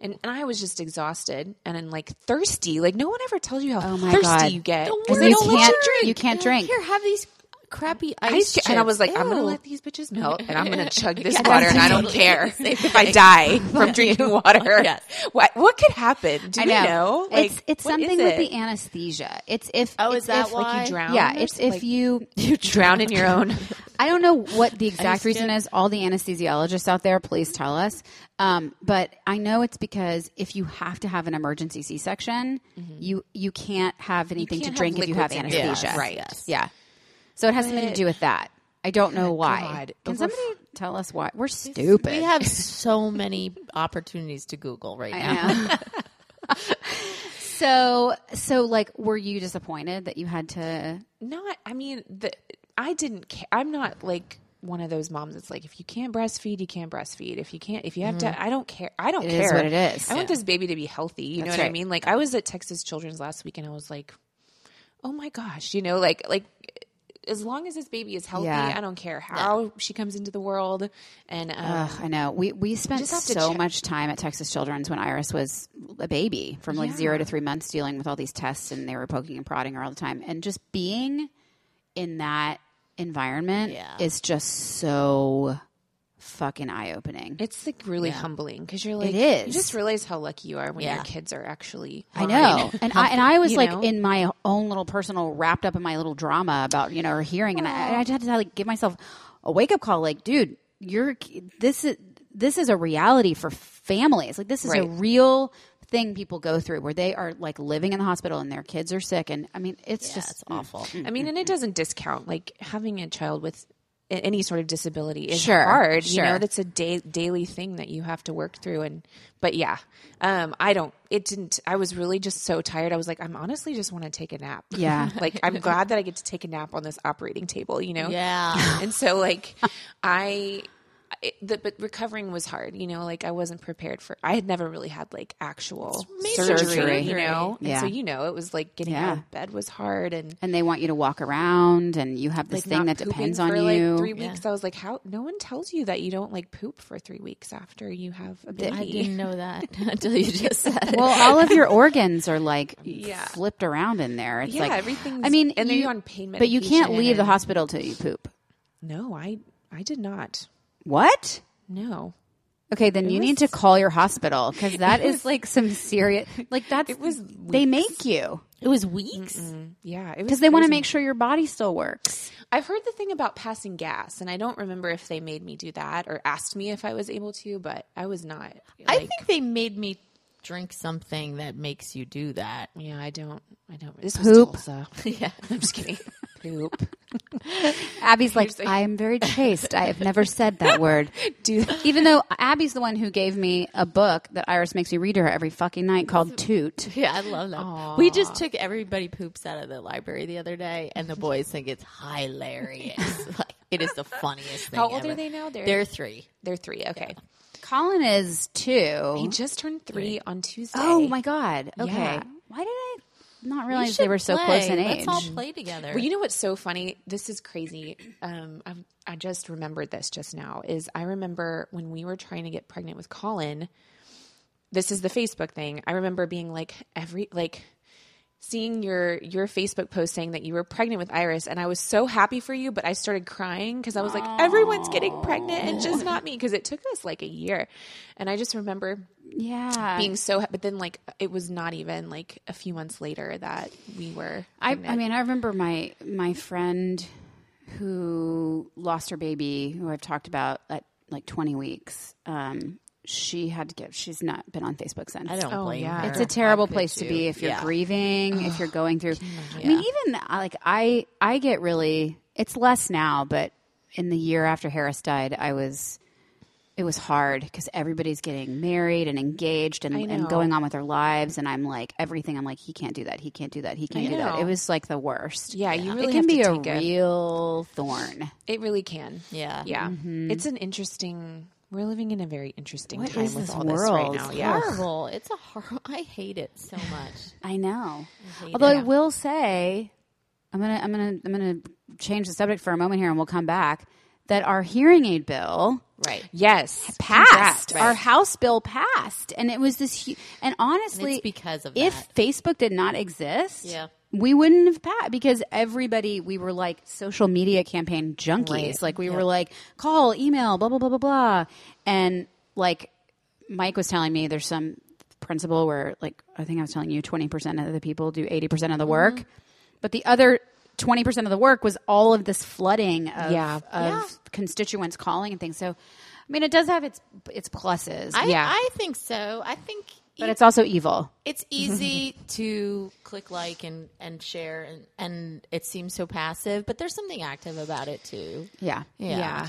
S4: and and I was just exhausted and then like thirsty like no one ever tells you how
S2: Oh my
S4: thirsty
S2: God.
S4: you get
S3: Don't
S4: and
S3: worry,
S4: they
S2: you
S4: don't let
S2: can't
S4: you drink
S2: you can't drink.
S3: Here, have these crappy ice,
S4: Ice
S3: chips.
S4: ca- and I was like, I'm gonna
S3: Ew.
S4: let these bitches melt, and I'm gonna chug this water, and I don't care if I die from drinking water.
S3: Yes.
S4: What what could happen? Do we know? Like,
S2: it's it's
S4: what
S2: something
S4: is
S2: with
S4: it?
S2: the anesthesia. It's if
S3: Oh,
S2: it's
S3: is that
S2: if,
S3: why?
S4: Like you drown.
S2: Yeah,
S4: or
S2: it's
S4: something?
S2: if
S4: Like,
S2: you.
S4: you drown in your own.
S2: I don't know what the exact reason is. All the anesthesiologists out there, please tell us. Um, but I know it's because if you have to have an emergency C-section, you you can't have anything
S4: Mm-hmm. can't
S2: to
S4: have
S2: drink if you have
S4: liquids in your
S2: anesthesia.
S4: mouth. Right.
S2: Yeah. So it has something to do with that. I don't know why.
S4: Oh God.
S2: Can
S4: But we're
S2: somebody tell us why? We're stupid.
S3: We have so many opportunities to Google right
S2: I
S3: now.
S2: know. so so like were you disappointed that you had to
S4: not i mean the i didn't ca- i'm not like one of those moms that's like if you can't breastfeed you can't breastfeed if you can't if you have to i don't care i don't
S2: Mm-hmm. It
S4: care
S2: is what it is.
S4: i want this baby to be healthy you know
S2: That's
S4: what i
S2: right.
S4: mean like i was at texas children's last week and i was like oh my gosh you know like like as long as this baby is healthy
S2: Yeah.
S4: i don't care how she comes into the world and um,
S2: Ugh, I know. We we spent
S4: just have to
S2: so
S4: check-
S2: much time at Texas Children's when Iris was a baby, from like zero to three months, dealing with all these tests, and they were poking and prodding her all the time, and just being in that environment
S3: Yeah.
S2: is just so fucking eye opening.
S4: it's like really humbling because you're like you
S2: is.
S4: just realize how lucky you are when
S3: Yeah.
S4: your kids are actually
S2: I know, and I and I was
S4: You
S2: like
S4: know?
S2: in my own little personal, wrapped up in my little drama about you know her hearing, and I, I had to like give myself a wake up call, like, dude, you're this is this is a reality for families, like this is a
S4: Right.
S2: real thing people go through where they are like living in the hospital and their kids are sick, and I mean it's just
S3: That's awful.
S4: I mean, and it doesn't discount like having a child with a- any sort of disability is
S2: Sure,
S4: hard. You know,
S2: sure.
S4: that's a day, daily thing that you have to work through. And but yeah, um, I don't. It didn't. I was really just so tired. I was like, I'm honestly just want to take a nap.
S2: Yeah.
S4: like I'm glad that I get to take a nap on this operating table. You know.
S3: Yeah.
S4: And so like, I. It, the, but recovering was hard, you know. Like I wasn't prepared for. I had never really had like actual
S3: major
S4: surgery,
S2: surgery.
S4: you know. And
S2: Yeah.
S4: so you know, it was like getting out
S2: Yeah.
S4: of bed was hard, and
S2: and they want you to walk around, and you have this
S4: like,
S2: thing that
S4: not pooping
S2: depends
S4: for,
S2: on
S4: like,
S2: you.
S4: three weeks. I was like, how? No one tells you that you don't like poop for three weeks after you have a
S3: I
S4: baby.
S3: didn't know that until you just said it.
S2: well, all of your organs are like
S4: Yeah.
S2: flipped around in there. It's
S4: Yeah,
S2: like
S4: everything's-
S2: I mean,
S4: and then you're on pain
S2: but you can't
S4: medication
S2: leave the
S4: and-
S2: hospital till you poop.
S4: No, I I did not.
S2: What?
S4: No,
S2: Okay, then you need to call your hospital because that is like some serious. Like that's it was they make you
S5: It was weeks.
S4: Yeah, it was
S2: because they want to
S4: crazy.
S2: make sure your body still works.
S4: I've heard the thing about passing gas, and I don't remember if they made me do that or asked me if I was able to, but I was not.
S3: I
S4: like-
S3: think they made me drink something that makes you do that.
S4: Yeah, I don't. I don't. This
S2: Poop.
S4: was Tulsa. yeah, I'm just kidding. Poop.
S2: Abby's like, I am very chaste. I have never said that word.
S4: Do
S2: Even though Abby's the one who gave me a book that Iris makes me read to her every fucking night called Toot.
S3: Yeah, I love that. We just took everybody poops out of the library the other day, and the boys think it's hilarious. like, it is the funniest thing.
S4: How old are
S3: ever.
S4: they now? They're-
S3: They're three.
S4: they're three. Okay,
S2: Colin is
S4: he
S2: two.
S4: just turned three on Tuesday.
S2: Oh my god. Okay.
S4: Yeah.
S2: Why did I not
S3: We
S2: realize
S3: should
S2: they were so
S3: play.
S2: close in age?
S3: Let's all play together.
S4: Well, you know what's so funny? This is crazy. Um, I, I just remembered this just now. Is I remember when we were trying to get pregnant with Colin. This is the Facebook thing. I remember being like every like seeing your your Facebook post saying that you were pregnant with Iris, and I was so happy for you, but I started crying because I was like, everyone's getting pregnant and just not me because it took us like a year, and I just remember
S2: yeah.
S4: being so. ha- But then like it was not even like a few months later that we were.
S2: I, I
S4: pregnant.
S2: mean, I remember my my friend who lost her baby, who I've talked about at like 20 weeks. Um, she had to get. She's not been on Facebook since.
S3: I don't blame
S4: yeah.
S3: her.
S2: It's a terrible
S3: could
S2: place to
S3: you?
S2: be if you're
S3: Yeah.
S2: grieving, if you're going through. I mean, even I- like I, I get really. It's less now, but in the year after Harris died, I was. It was hard because everybody's getting married and engaged and, and
S4: know.
S2: going on with their lives, and I'm like everything. I'm like, he can't do that. He can't do that. He can't do that.
S4: know.
S2: It was like the worst.
S4: Yeah, you really
S2: it
S4: have
S2: can
S4: to
S2: be
S4: take
S2: a
S4: a-
S2: real thorn.
S4: It really can.
S3: Yeah.
S4: Yeah. It's an interesting. We're living in a very interesting
S2: Mm-hmm. What
S4: time
S2: is
S4: with
S2: this
S4: all this right
S2: world?
S4: now.
S2: It's
S4: Yeah.
S3: Horrible. It's a horrible. I hate it so much.
S2: I know.
S3: Mm-hmm.
S2: Although I will say, I'm gonna I'm gonna I'm gonna change the subject for a moment here, and we'll come back. That our hearing aid bill
S3: Right.
S4: Yes.
S2: passed.
S4: Congrats.
S2: Our house bill passed, and it was this. Hu- and honestly,
S3: It's because of
S2: if
S3: that.
S2: Facebook did not exist,
S3: Yeah.
S2: we wouldn't have passed because everybody we were like social media campaign junkies. Like we were like call, email, blah blah blah blah blah, and like Mike was telling me, there's some principle where like I think I was telling you, twenty percent of the people do eighty percent of the work,
S4: Mm-hmm.
S2: but the other. 20% of the work was all of this flooding of,
S4: Yeah.
S2: of constituents calling and things. So, I mean, it does have its its pluses,
S3: I,
S4: Yeah.
S3: I think so. I think
S2: but it's also evil.
S3: it's easy to click like and, and share and, and it seems so passive, but there's something active about it too.
S2: Yeah.
S3: Yeah.
S4: Yeah.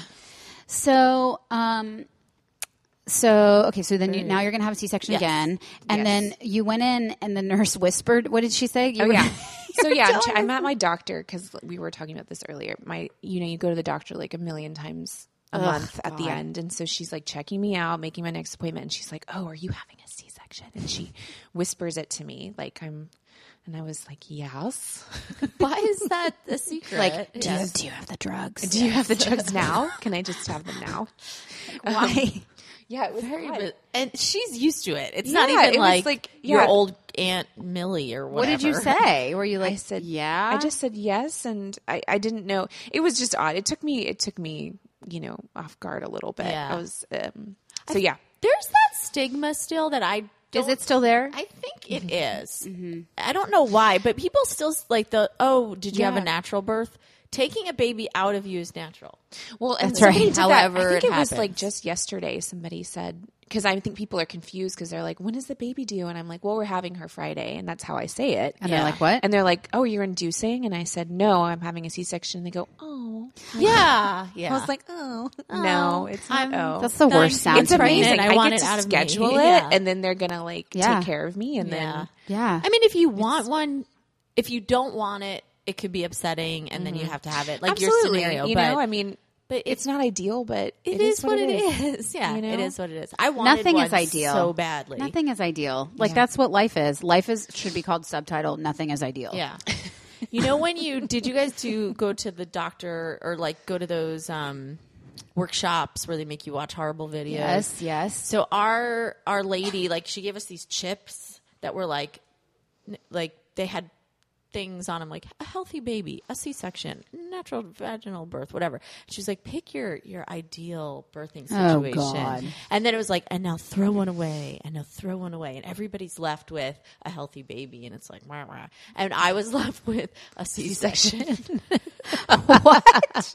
S2: So, um, so okay, so then you,
S4: Mm.
S2: now you're gonna have a C-section again, and then you went in, and the nurse whispered, "What did she say?" You
S4: Oh
S2: were-
S4: yeah. So yeah, I'm, ch- I'm at my doctor because we were talking about this earlier. My, you know, you go to the doctor like a million times a month at the end, and so she's like checking me out, making my next appointment, and she's like, "Oh, are you having a C-section?" And she whispers it to me like I'm, and I was like, "Yes."
S3: Why is that a secret?
S2: like, do
S3: Yeah.
S2: you do you have the drugs?
S4: Uh, Do you have the drugs now? Can I just have them now?
S2: Why?
S4: Yeah, it was
S3: Very
S4: odd.
S3: bu- and she's used to it. It's not
S4: Yeah,
S3: even
S4: it was
S3: like,
S4: like-
S3: your
S4: yeah.
S3: old aunt Millie or
S2: what
S3: whatever.
S2: did you say? Were you like,
S4: I said
S2: yeah?
S4: I just said yes, and I, I didn't know. It was just odd. It took me. It took me. You know, off guard a little bit.
S3: Yeah.
S4: I was. Um, so yeah,
S3: There's that stigma still Mm-hmm. that I don't
S2: is it still there?
S3: I think it is. I don't know why, but people still s- like the oh, did you have a
S4: Yeah.
S3: natural birth? Taking a baby out of you is natural.
S4: Well, and
S2: That's right.
S4: somebody did that-
S2: However
S4: I think
S2: it
S4: it, was like
S3: happens.
S4: just yesterday. Somebody said because I think people are confused because they're like, "When is the baby due?" And I'm like, "Well, we're having her Friday," and that's how I say it.
S2: and
S3: yeah.
S2: they're like, what?
S4: And they're like, "Oh, you're inducing?" And I said, "No, I'm having a C-section." And they go, "Oh."
S3: Yeah, yeah.
S4: I was like, "Oh, no, it's not."
S3: I'm-
S4: oh.
S2: That's the worst sound.
S4: it's
S2: to me.
S4: amazing.
S3: pregnant.
S4: I,
S3: I want
S4: get
S3: it
S4: to
S3: out of me.
S4: schedule it,
S3: Yeah.
S4: and then they're gonna like
S2: Yeah.
S4: take care of me, and
S3: yeah.
S4: then
S2: Yeah.
S3: I mean, if you want one, if you don't want it, it could be upsetting, and then you have to have it. Like
S4: Mm-hmm. absolutely,
S3: your scenario,
S4: you
S3: but
S4: know, I mean,
S3: but
S4: it's not ideal, but
S3: it is what it is. Yeah,
S4: You
S3: it
S4: know?
S3: is what it is. I wanted
S2: Nothing is
S3: one
S2: ideal.
S3: so badly.
S2: Nothing is ideal. Like that's what life is. Life is should be called subtitle. Nothing is ideal.
S3: Yeah. you know when you did you guys do go to the doctor or like go to those um workshops where they make you watch horrible videos?
S2: Yes. Yes.
S3: So our our lady like she gave us these chips that were like n- like they had things on him like a healthy baby, a C-section, natural vaginal birth, whatever. She was like, pick your your ideal birthing
S2: Oh,
S3: situation.
S2: God.
S3: And then it was like, and now throw one away, and now throw one away, and everybody's left with a healthy baby, and it's like, wah, wah. and I was left with a C-section.
S2: what?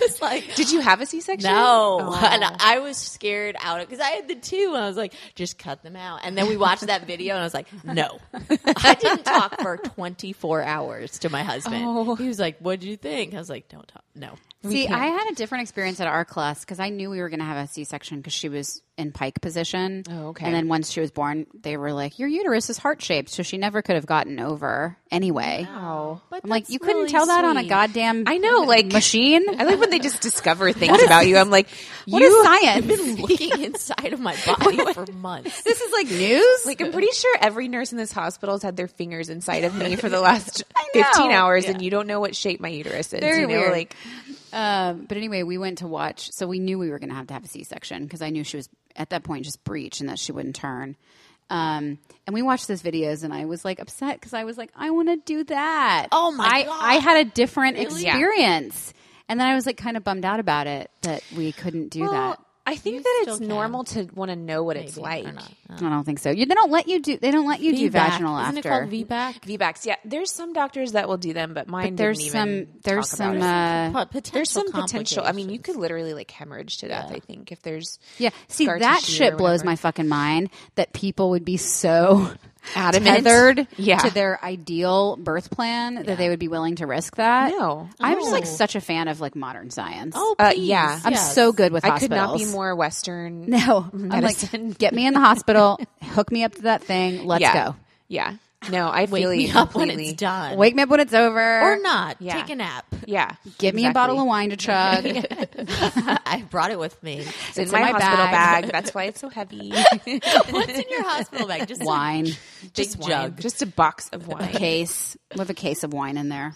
S3: it's like.
S4: Did you have a C-section? Oh.
S3: No,
S2: Oh,
S3: and I was scared out of because I had the two, and I was like, just cut them out. And then we watched that video, and I was like, no, I didn't talk for 24 hours to my husband.
S2: Oh.
S3: He was like, "What do you think?" I was like, "Don't talk, no."
S2: See, I had a different experience at our class because I knew we were going to have a C section because she was in pike position.
S4: Oh, okay.
S2: And then once she was born, they were like, "Your uterus is heart shaped, so she never could have gotten over anyway." Wow.
S3: But
S2: I'm like,
S3: that's
S2: you couldn't
S3: really
S2: tell that on a
S3: sweet.
S2: goddamn
S4: I know, like-
S2: machine.
S4: I like when they just discover things about you. I'm like,
S2: What
S4: you
S2: is science?
S3: Looking inside of my body for months.
S2: this is like news.
S4: Like I'm pretty sure every nurse in this hospital has had their fingers inside of me for the last
S2: know.
S4: 15 hours, and you don't know what shape my uterus is.
S2: Very
S4: you know,
S2: weird.
S4: like
S2: Um, but anyway, we went to watch. So we knew we were going to have to have a C section because I knew she was at that point just breech and that she wouldn't turn. Um, and we watched those videos, and I was like upset because I was like, I want to do that.
S3: Oh, my
S2: I,
S3: God.
S2: I had a different
S4: Yeah.
S2: experience, and then I was like kind of bummed out about it that we couldn't do that.
S4: I think that it's normal to want to know what it's like.
S2: I don't think so. You, they don't let you do. They don't let you do vaginal
S3: Isn't
S2: after.
S3: it called VBAC?
S4: VBACs, yeah. There's some doctors that will do them, but mine.
S2: there's
S4: didn't
S2: some.
S4: Even
S2: There's
S4: talk about
S2: some.
S4: it.
S2: Uh,
S3: But potential
S4: there's some potential. I mean, you
S3: complications.
S4: could literally like hemorrhage to death. I think if there's
S2: Yeah. See,
S4: scar
S2: that
S4: tissue
S2: shit
S4: or
S2: blows
S4: whatever.
S2: my fucking mind that people would be so
S4: Adamant.
S2: tethered
S4: Yeah.
S2: to their ideal birth plan that they would be willing to risk that.
S4: No.
S2: I'm just like such a fan of like modern science.
S3: Oh,
S4: Uh,
S3: please.
S4: yeah.
S2: I'm
S3: Yes.
S2: so good with
S4: I could
S2: hospitals.
S4: not be more Western.
S2: No, I'm
S4: medicine.
S2: like, get me in the hospital, hook me up to that thing, let's
S4: yeah,
S2: go.
S4: yeah. No, I
S3: Wake
S4: feel
S3: me
S4: you
S3: up when
S4: completely.
S3: it's done,
S2: Wake me up when it's over,
S3: or not.
S4: Yeah.
S3: Take a nap.
S4: Yeah,
S2: Give me a bottle of wine to chug.
S3: I brought it with me.
S4: It's in
S2: in
S4: my,
S2: my
S4: hospital
S2: bag.
S4: bag. That's why it's so heavy.
S3: What's in your hospital bag? Just a
S2: wine
S3: Just
S4: Wine.
S3: jug.
S4: just a box of wine.
S2: case with a case of wine in there.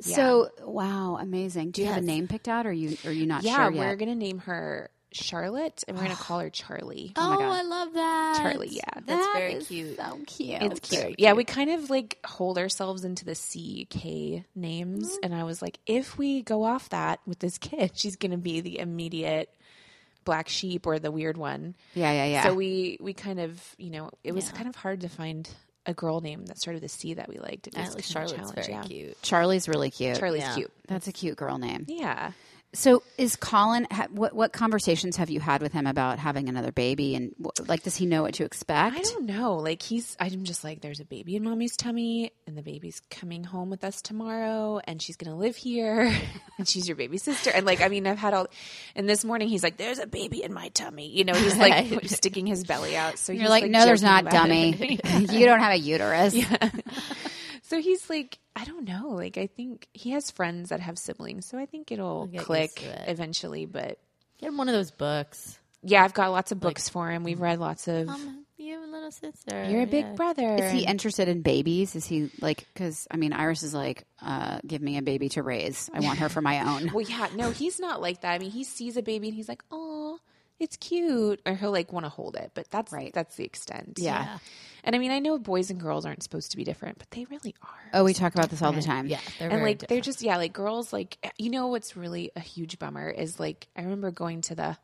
S2: So wow, amazing. Do you have a name picked out, or you are you not
S4: Yeah,
S2: sure yet?
S4: we're gonna name her Charlotte, and we're gonna call her Charlie.
S3: Oh, I love that.
S4: Charlie, yeah.
S3: That's
S2: That
S3: very
S2: is
S3: cute.
S2: So cute.
S4: It's cute. Yeah, we kind of like hold ourselves into the CK names. And I was like, if we go off that with this kid, she's going to be the immediate black sheep or the weird one.
S2: Yeah, yeah, yeah.
S4: So we, we kind of, you know, it was kind of hard to find a girl name that started with a C that we liked. It was
S3: Charlie,
S4: kind of a
S3: Charlotte's very
S4: challenge,
S3: cute.
S2: Charlie's really cute.
S4: Charlie's cute.
S2: That's a cute girl name.
S4: Yeah.
S2: So is Colin? Ha, what what conversations have you had with him about having another baby? And wh- like, does he know what to expect?
S4: I don't know. Like he's, I'm just like, there's a baby in mommy's tummy, and the baby's coming home with us tomorrow, and she's gonna live here, and she's your baby sister, and like, I mean, I've had all, and this morning he's like, there's a baby in my tummy, you know, he's like sticking his belly out. So
S2: You're
S4: he's,
S2: like, no, there's
S4: joking
S2: not,
S4: about
S2: dummy.
S4: it."
S2: you don't have a uterus.
S4: so he's like, I don't know. Like I think he has friends that have siblings, so I think it'll
S3: get used
S4: click
S3: to it.
S4: eventually. But
S3: Get him one of those books.
S4: yeah, I've got lots of books for him.
S2: mm.
S4: We've read lots of.
S3: You have a little sister.
S4: You're a big brother.
S2: Um, Is he interested in babies? Is he like? Because I mean, Iris is like, uh, give me a baby to raise. I want her for my own.
S4: Well, yeah, no, he's not like that. I mean, he sees a baby and he's like, "Oh, it's cute," or he'll like want to hold it, but that's
S2: Right.
S4: that's the extent.
S2: Yeah.
S4: and I mean, I know boys and girls aren't supposed to be different, but they really are.
S2: Oh, we talk about this all the time.
S3: Yeah, they're
S4: and
S3: very
S4: like
S3: different.
S4: they're just yeah, like girls like you know what's really a huge bummer is like I remember going to the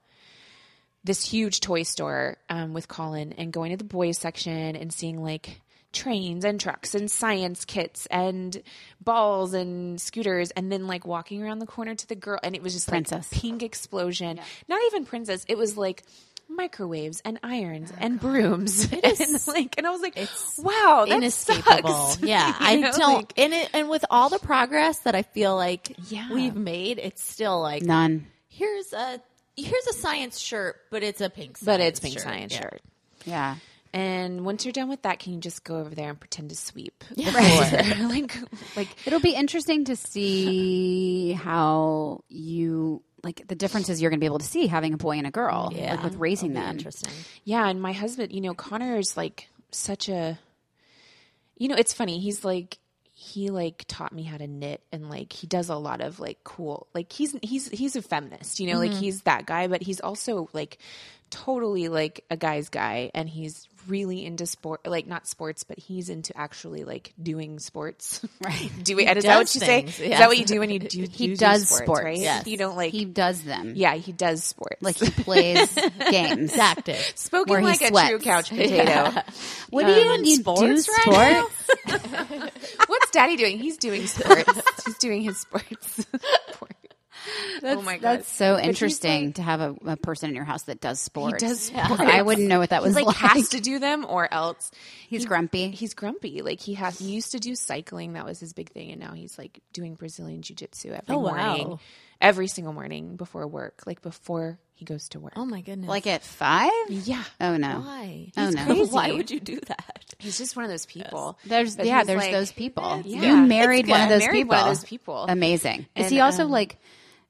S4: this huge toy store um, with Colin and going to the boys section and seeing like trains and trucks and science kits and balls and scooters and then like walking around the corner to the girl and it was just
S2: Princess.
S4: like pink explosion not even princess it was like microwaves and irons
S3: Oh,
S4: and brooms and like and i was like wow that
S3: inescapable.
S4: sucks.
S3: Yeah, I
S4: You know,
S3: don't.
S4: like-
S3: and it, and with all the progress that I feel like
S4: Yeah.
S3: we've made, it's still like
S2: None.
S3: here's a here's a science shirt, but it's a pink.
S4: but
S3: science
S4: it's pink
S3: shirt.
S4: science
S3: Yeah.
S4: shirt
S2: Yeah.
S4: And once you're done with that, can you just go over there and pretend to sweep? the floor? like, like
S2: It'll be interesting to see how you like the differences you're going to be able to see having a boy and a girl,
S3: Yeah,
S2: like with raising them.
S3: Interesting.
S4: yeah. And my husband, you know, Connor is like such a, you know, it's funny. He's like he like taught me how to knit, and like he does a lot
S2: Mm-hmm.
S4: of like cool. Like he's he's he's a feminist, you know, like he's that guy, but he's also like totally like a guy's guy and he's really into sport like not sports but he's into actually like doing sports
S2: Right.
S4: do it is that what
S3: does
S4: you
S3: things,
S4: say
S3: yeah.
S4: is that what you do when you do
S2: He
S4: you do
S2: does
S4: sports,
S2: sports,
S4: right
S2: yes.
S4: you don't like
S2: he does them.
S4: yeah he does sports
S2: Like he plays games.
S3: Active.
S4: spoken
S2: where he
S4: like a true
S2: sweats.
S4: couch potato
S2: What do you, you do
S3: sports
S2: sports?
S3: right
S4: what's daddy doing he's doing sports he's doing his sports oh my god
S2: That's so interesting to have a, a person in your house that does sports.
S4: does sports.
S2: I wouldn't know what that was
S4: he's
S2: like.
S4: like has to do them or else
S2: He's grumpy.
S4: he's grumpy. Like he has he used to do cycling, that was his big thing, and now he's like doing Brazilian jiu jitsu every
S3: Oh, wow.
S4: morning. Every single morning before work, like before he goes to work.
S3: Oh my goodness.
S2: like at five?
S4: yeah.
S2: Oh no.
S3: why?
S2: Oh,
S3: He's
S2: no.
S3: crazy. Why would you do that?
S4: He's just one of those people.
S2: There's
S4: But
S2: yeah,
S4: he's
S2: there's
S4: like-
S2: those people.
S4: Yeah.
S2: You married one of
S4: good. I
S2: those
S4: married
S2: people.
S4: one of those people.
S2: Amazing. is
S4: And,
S2: he also
S4: um,
S2: like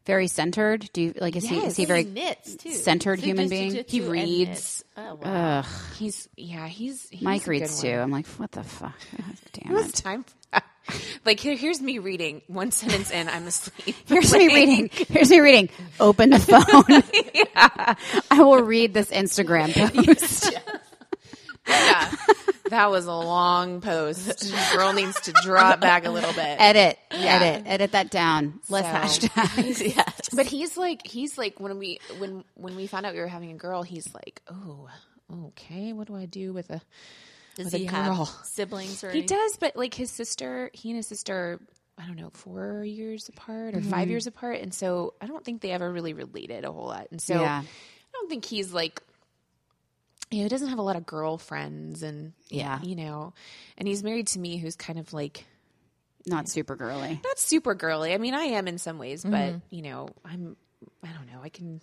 S2: very centered? Do you like is he is
S4: Yes.
S2: he very
S3: knits too.
S2: centered
S3: So
S2: human
S3: just
S2: being?
S3: jujitsu
S4: He
S3: and
S4: reads.
S3: knits. Oh, wow.
S2: Ugh.
S4: He's yeah, he's, he's
S2: Mike
S4: a good
S2: reads
S4: one.
S2: too. I'm like, what the fuck? God damn
S4: It was
S2: it.
S4: time for that. Like here, here's me reading one sentence in, I'm asleep.
S2: Here's me reading. Here's me reading. Open the phone. I will read this Instagram post.
S4: Yeah. That was a long post. Girl needs to drop back a little bit.
S2: Edit. Edit. Edit that down. Less
S4: So-
S2: hashtag.
S3: yes.
S4: But he's like he's like when we when when we found out we were having a girl, he's like, oh, okay, what do I do with a?
S3: Does
S4: With a
S3: he
S4: girl.
S3: have siblings or
S4: He
S3: anything?
S4: does, but like his sister, he and his sister, I don't know, four years apart or five years apart, and so I don't think they ever really related a whole lot, and so
S2: Yeah.
S4: I don't think he's like. You know, he doesn't have a lot of girlfriends, and
S2: Yeah.
S4: you know, and he's married to me, who's kind of like
S2: Not super girly.
S4: not super girly. I mean, I am in some ways, but you know, I'm I don't know. I can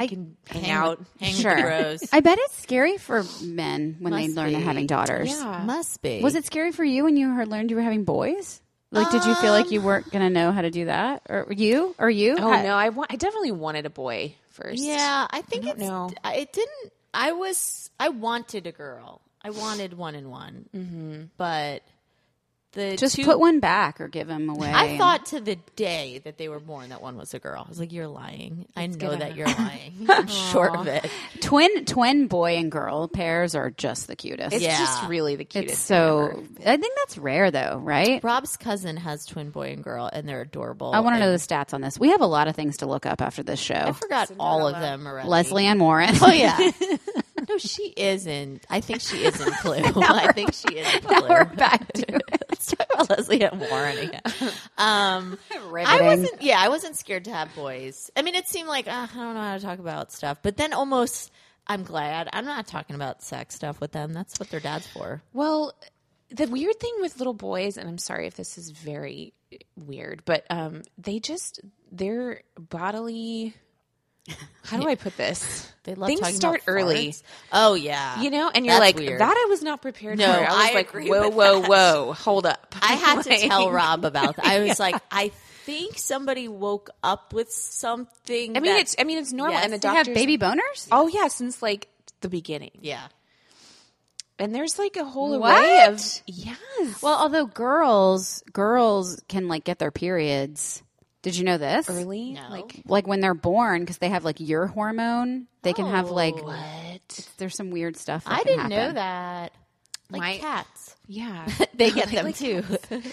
S4: I, can hang, out.
S3: Hang
S2: Sure.
S3: with the bros.
S2: I bet it's scary for men when they
S3: Must
S2: learn they're
S3: be.
S2: having daughters.
S4: Yeah.
S3: Must be.
S2: Was it scary for you when you heard, learned you were having boys? Like, did you feel like you weren't going to know how to do that? Or you? Or you?
S4: Oh
S2: How-
S4: no, I want. I definitely wanted a boy first.
S3: Yeah, I think
S4: don't
S3: it's,
S4: know.
S3: It didn't. I was. I wanted a girl. I wanted one and one, mm-hmm. but the
S2: Just
S3: two,
S2: put one back or give him away.
S3: I thought to the day that they were born that one was a girl. I was like, "You're lying. I know that you're lying. I'm sure of it."
S2: twin twin boy and girl pairs are just the cutest.
S4: it's
S3: Yeah.
S4: just really the cutest.
S2: It's so. I think that's rare, though, right?
S3: Rob's cousin has twin boy and girl, and they're adorable.
S2: I want to know
S3: and
S2: the stats on this. We have a lot of things to look up after this show.
S3: I forgot all of them already.
S2: Leslie Ann Warren.
S3: Oh yeah. no, she isn't. I think she is in Clue. I think she is in Clue.
S2: We're back to
S3: Let's talk about Leslie and Warren again. Um, I
S2: Riveting.
S3: wasn't. Yeah, I wasn't scared to have boys. I mean, it seemed like uh, I don't know how to talk about stuff, but then almost. I'm glad. I'm not talking about sex stuff with them. That's what their dad's for.
S4: well. The weird thing with little boys, and I'm sorry if this is very weird, but um, they just their bodily. How do I put this?
S3: They love
S4: things
S3: talking
S4: start
S3: about
S4: early.
S3: farts. Oh yeah,
S4: You know, and you're
S3: That's
S4: like
S3: weird.
S4: that. I was not prepared
S3: No,
S4: for. I was
S3: I
S4: like,
S3: agree
S4: whoa,
S3: with
S4: whoa,
S3: that.
S4: whoa, hold up.
S3: I had to
S4: Like-
S3: tell Rob about that. I was like, I think somebody woke up with something.
S4: I mean,
S3: that-
S4: it's I mean it's normal,
S3: Yes,
S4: and the
S3: they
S2: They
S4: doctors
S2: have baby boners?
S4: Oh yeah, since like the beginning.
S3: yeah.
S4: And there's like a whole array
S2: What?
S4: of yes.
S2: Well, although girls girls can like get their periods. Did you know this?
S4: Early,
S3: No.
S4: like
S2: Like when they're born, because they have like your hormone, they can have like
S4: what?
S2: there's some weird stuff. That
S3: I
S2: can
S3: didn't know
S2: happen.
S3: that. Like
S4: My-
S3: cats,
S4: Yeah,
S3: they get them too.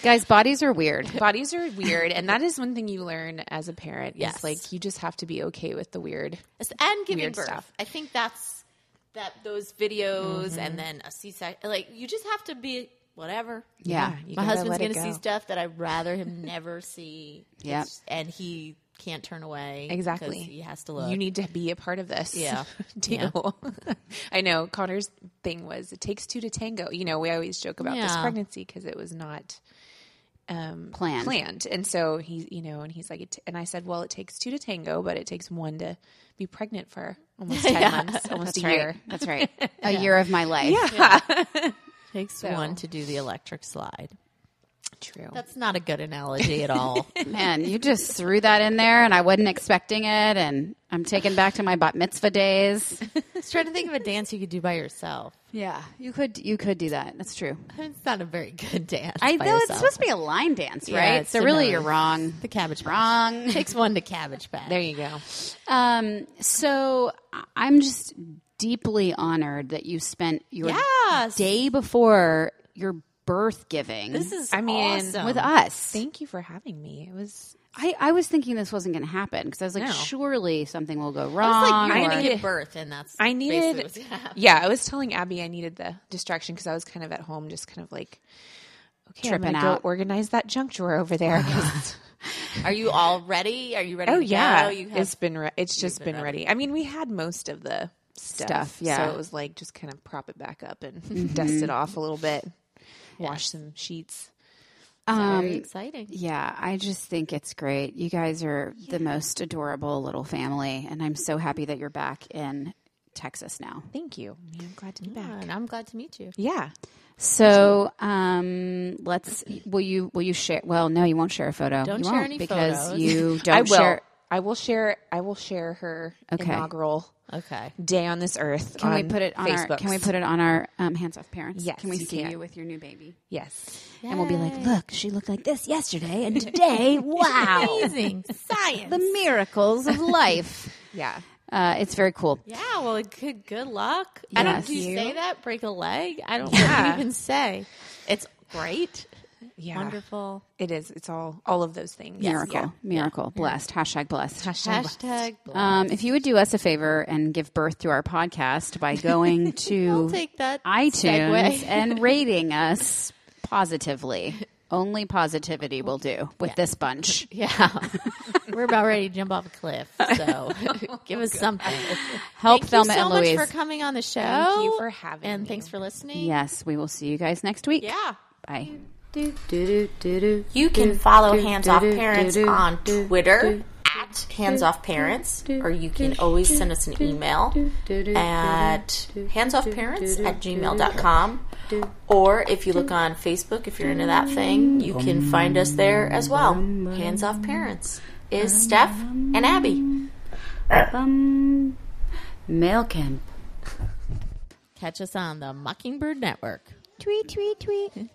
S2: Guys, bodies are weird.
S4: bodies are weird, and that is one thing you learn as a parent.
S3: Yes.
S4: is like you just have to be okay with the weird.
S3: and giving
S4: Weird
S3: birth.
S4: stuff.
S3: I think that's that those videos
S4: Mm-hmm.
S3: and then a C section. Like you just have to be whatever.
S2: Yeah.
S4: Yeah,
S3: my
S4: you gotta
S3: husband's
S4: let it
S3: gonna see
S4: go.
S3: stuff that I'd rather him never see.
S2: Yep.
S3: It's- and he can't turn away 'cause
S4: Exactly,
S3: He has to look.
S4: You need to be a part of this.
S3: Yeah.
S4: deal. I know Connor's thing was it takes two to tango. You know, we always joke about this
S3: Yeah.
S4: pregnancy because it was not um
S2: Planned.
S4: planned and so he you know and he's like it t- and i said well it takes two to tango but it takes one to be pregnant for almost 10 months almost
S2: That's
S4: a
S2: right.
S4: year
S2: That's right. A year of my life.
S3: takes one to do the electric slide.
S4: true
S3: That's not a good analogy at all.
S2: Man, you just threw that in there and I wasn't expecting it and I'm taken back to my bat mitzvah days.
S3: I was trying to think of a dance you could do by yourself.
S2: Yeah. You could you could do that. That's true.
S3: It's not a very good dance.
S2: I
S3: by
S2: know it's
S3: yourself.
S2: supposed to be a line dance,
S3: Yeah,
S2: right?
S3: it's
S2: So
S3: a
S2: really
S3: no.
S2: you're wrong.
S3: the cabbage patch.
S2: Wrong.
S3: Takes one to cabbage patch.
S4: there you go
S2: Um, so I- I'm just deeply honored that you spent your
S5: Yes.
S2: day before your birth giving
S5: This is
S4: I mean,
S5: awesome.
S2: with us.
S4: Thank you for having me. It was
S2: I, I was thinking this wasn't going to happen because I was like,
S4: No.
S2: surely something will go
S5: I was like,
S2: wrong.
S5: you're
S2: or-
S5: going to give birth, and that's
S4: I
S5: basically
S4: needed
S5: what's gonna happen.
S4: Yeah, I was telling Abby I needed the distraction because I was kind of at home just kind of like okay, I'm
S2: Tripping
S4: gonna
S2: out.
S4: go organize that junk drawer over there. 'cause-
S5: Are you all ready? Are you ready?
S4: oh
S5: to
S4: yeah.
S5: go? You have
S4: it's been re- it's just been, ready. I mean, we had most of the stuff.
S2: Stuff, yeah. Mm-hmm.
S4: So it was like just kind of prop it back up and dust it off a little bit. Wash some sheets.
S2: um,
S5: very exciting.
S2: Yeah, I just think it's great. You guys are the most adorable little family, and I'm so happy that you're back in Texas now.
S4: Thank you. I mean, I'm glad to be
S5: Yeah,
S4: back.
S5: and I'm glad to meet you.
S4: Yeah.
S2: So, um, let's will you will you share? Well, no, you won't share a photo.
S5: Don't
S2: You
S5: share
S2: won't
S5: any
S2: because
S5: photos.
S2: you don't
S4: I will.
S2: share.
S4: I will share. I will share her
S2: Okay.
S4: inaugural
S5: Okay.
S4: day on this earth.
S2: Can we
S4: on
S2: put it on
S4: Facebook?
S2: our? Can we put it on our um, hands off parents?
S4: Yes,
S2: Can we
S4: you
S2: see
S4: can.
S2: you with your new baby?
S4: Yes.
S2: And we'll be like, look, she looked like this yesterday, and today, wow,
S5: Amazing science.
S2: the miracles of life.
S4: Yeah.
S2: Uh, it's very cool.
S5: yeah. Well, good. Good luck. I don't.
S2: Yes.
S5: Do you,
S2: You.
S5: say that? Break a leg? I don't. What do you even say? It's great.
S4: Yeah.
S5: Wonderful.
S4: It is. It's all all of those things.
S2: miracle, miracle, blessed. Hashtag blessed.
S5: Hashtag.
S2: Um, if you would do us a favor and give birth to our podcast by going to
S5: take that
S2: iTunes
S5: segue.
S2: and rating us positively. Only positivity will do with this bunch.
S5: Yeah. We're about ready to jump off a cliff. So give us something.
S2: Help
S5: Thank
S2: Thelma
S5: you so
S2: and
S5: much
S2: Louise.
S5: for coming on the show.
S4: Thank you for having
S5: and
S4: me.
S5: thanks for listening.
S2: yes, we will see you guys next week.
S5: Yeah.
S2: Bye.
S3: You can follow Hands Off Parents on Twitter at Hands Off Parents, or you can always send us an email at handsoffparents at gmail.com. Or if you look on Facebook, if you're into that thing, you can find us there as well. Hands Off Parents
S2: Um,
S3: is Steph and Abby.
S2: um, Mail camp.
S5: Catch us on the Mockingbird Network.
S2: Tweet, tweet, tweet.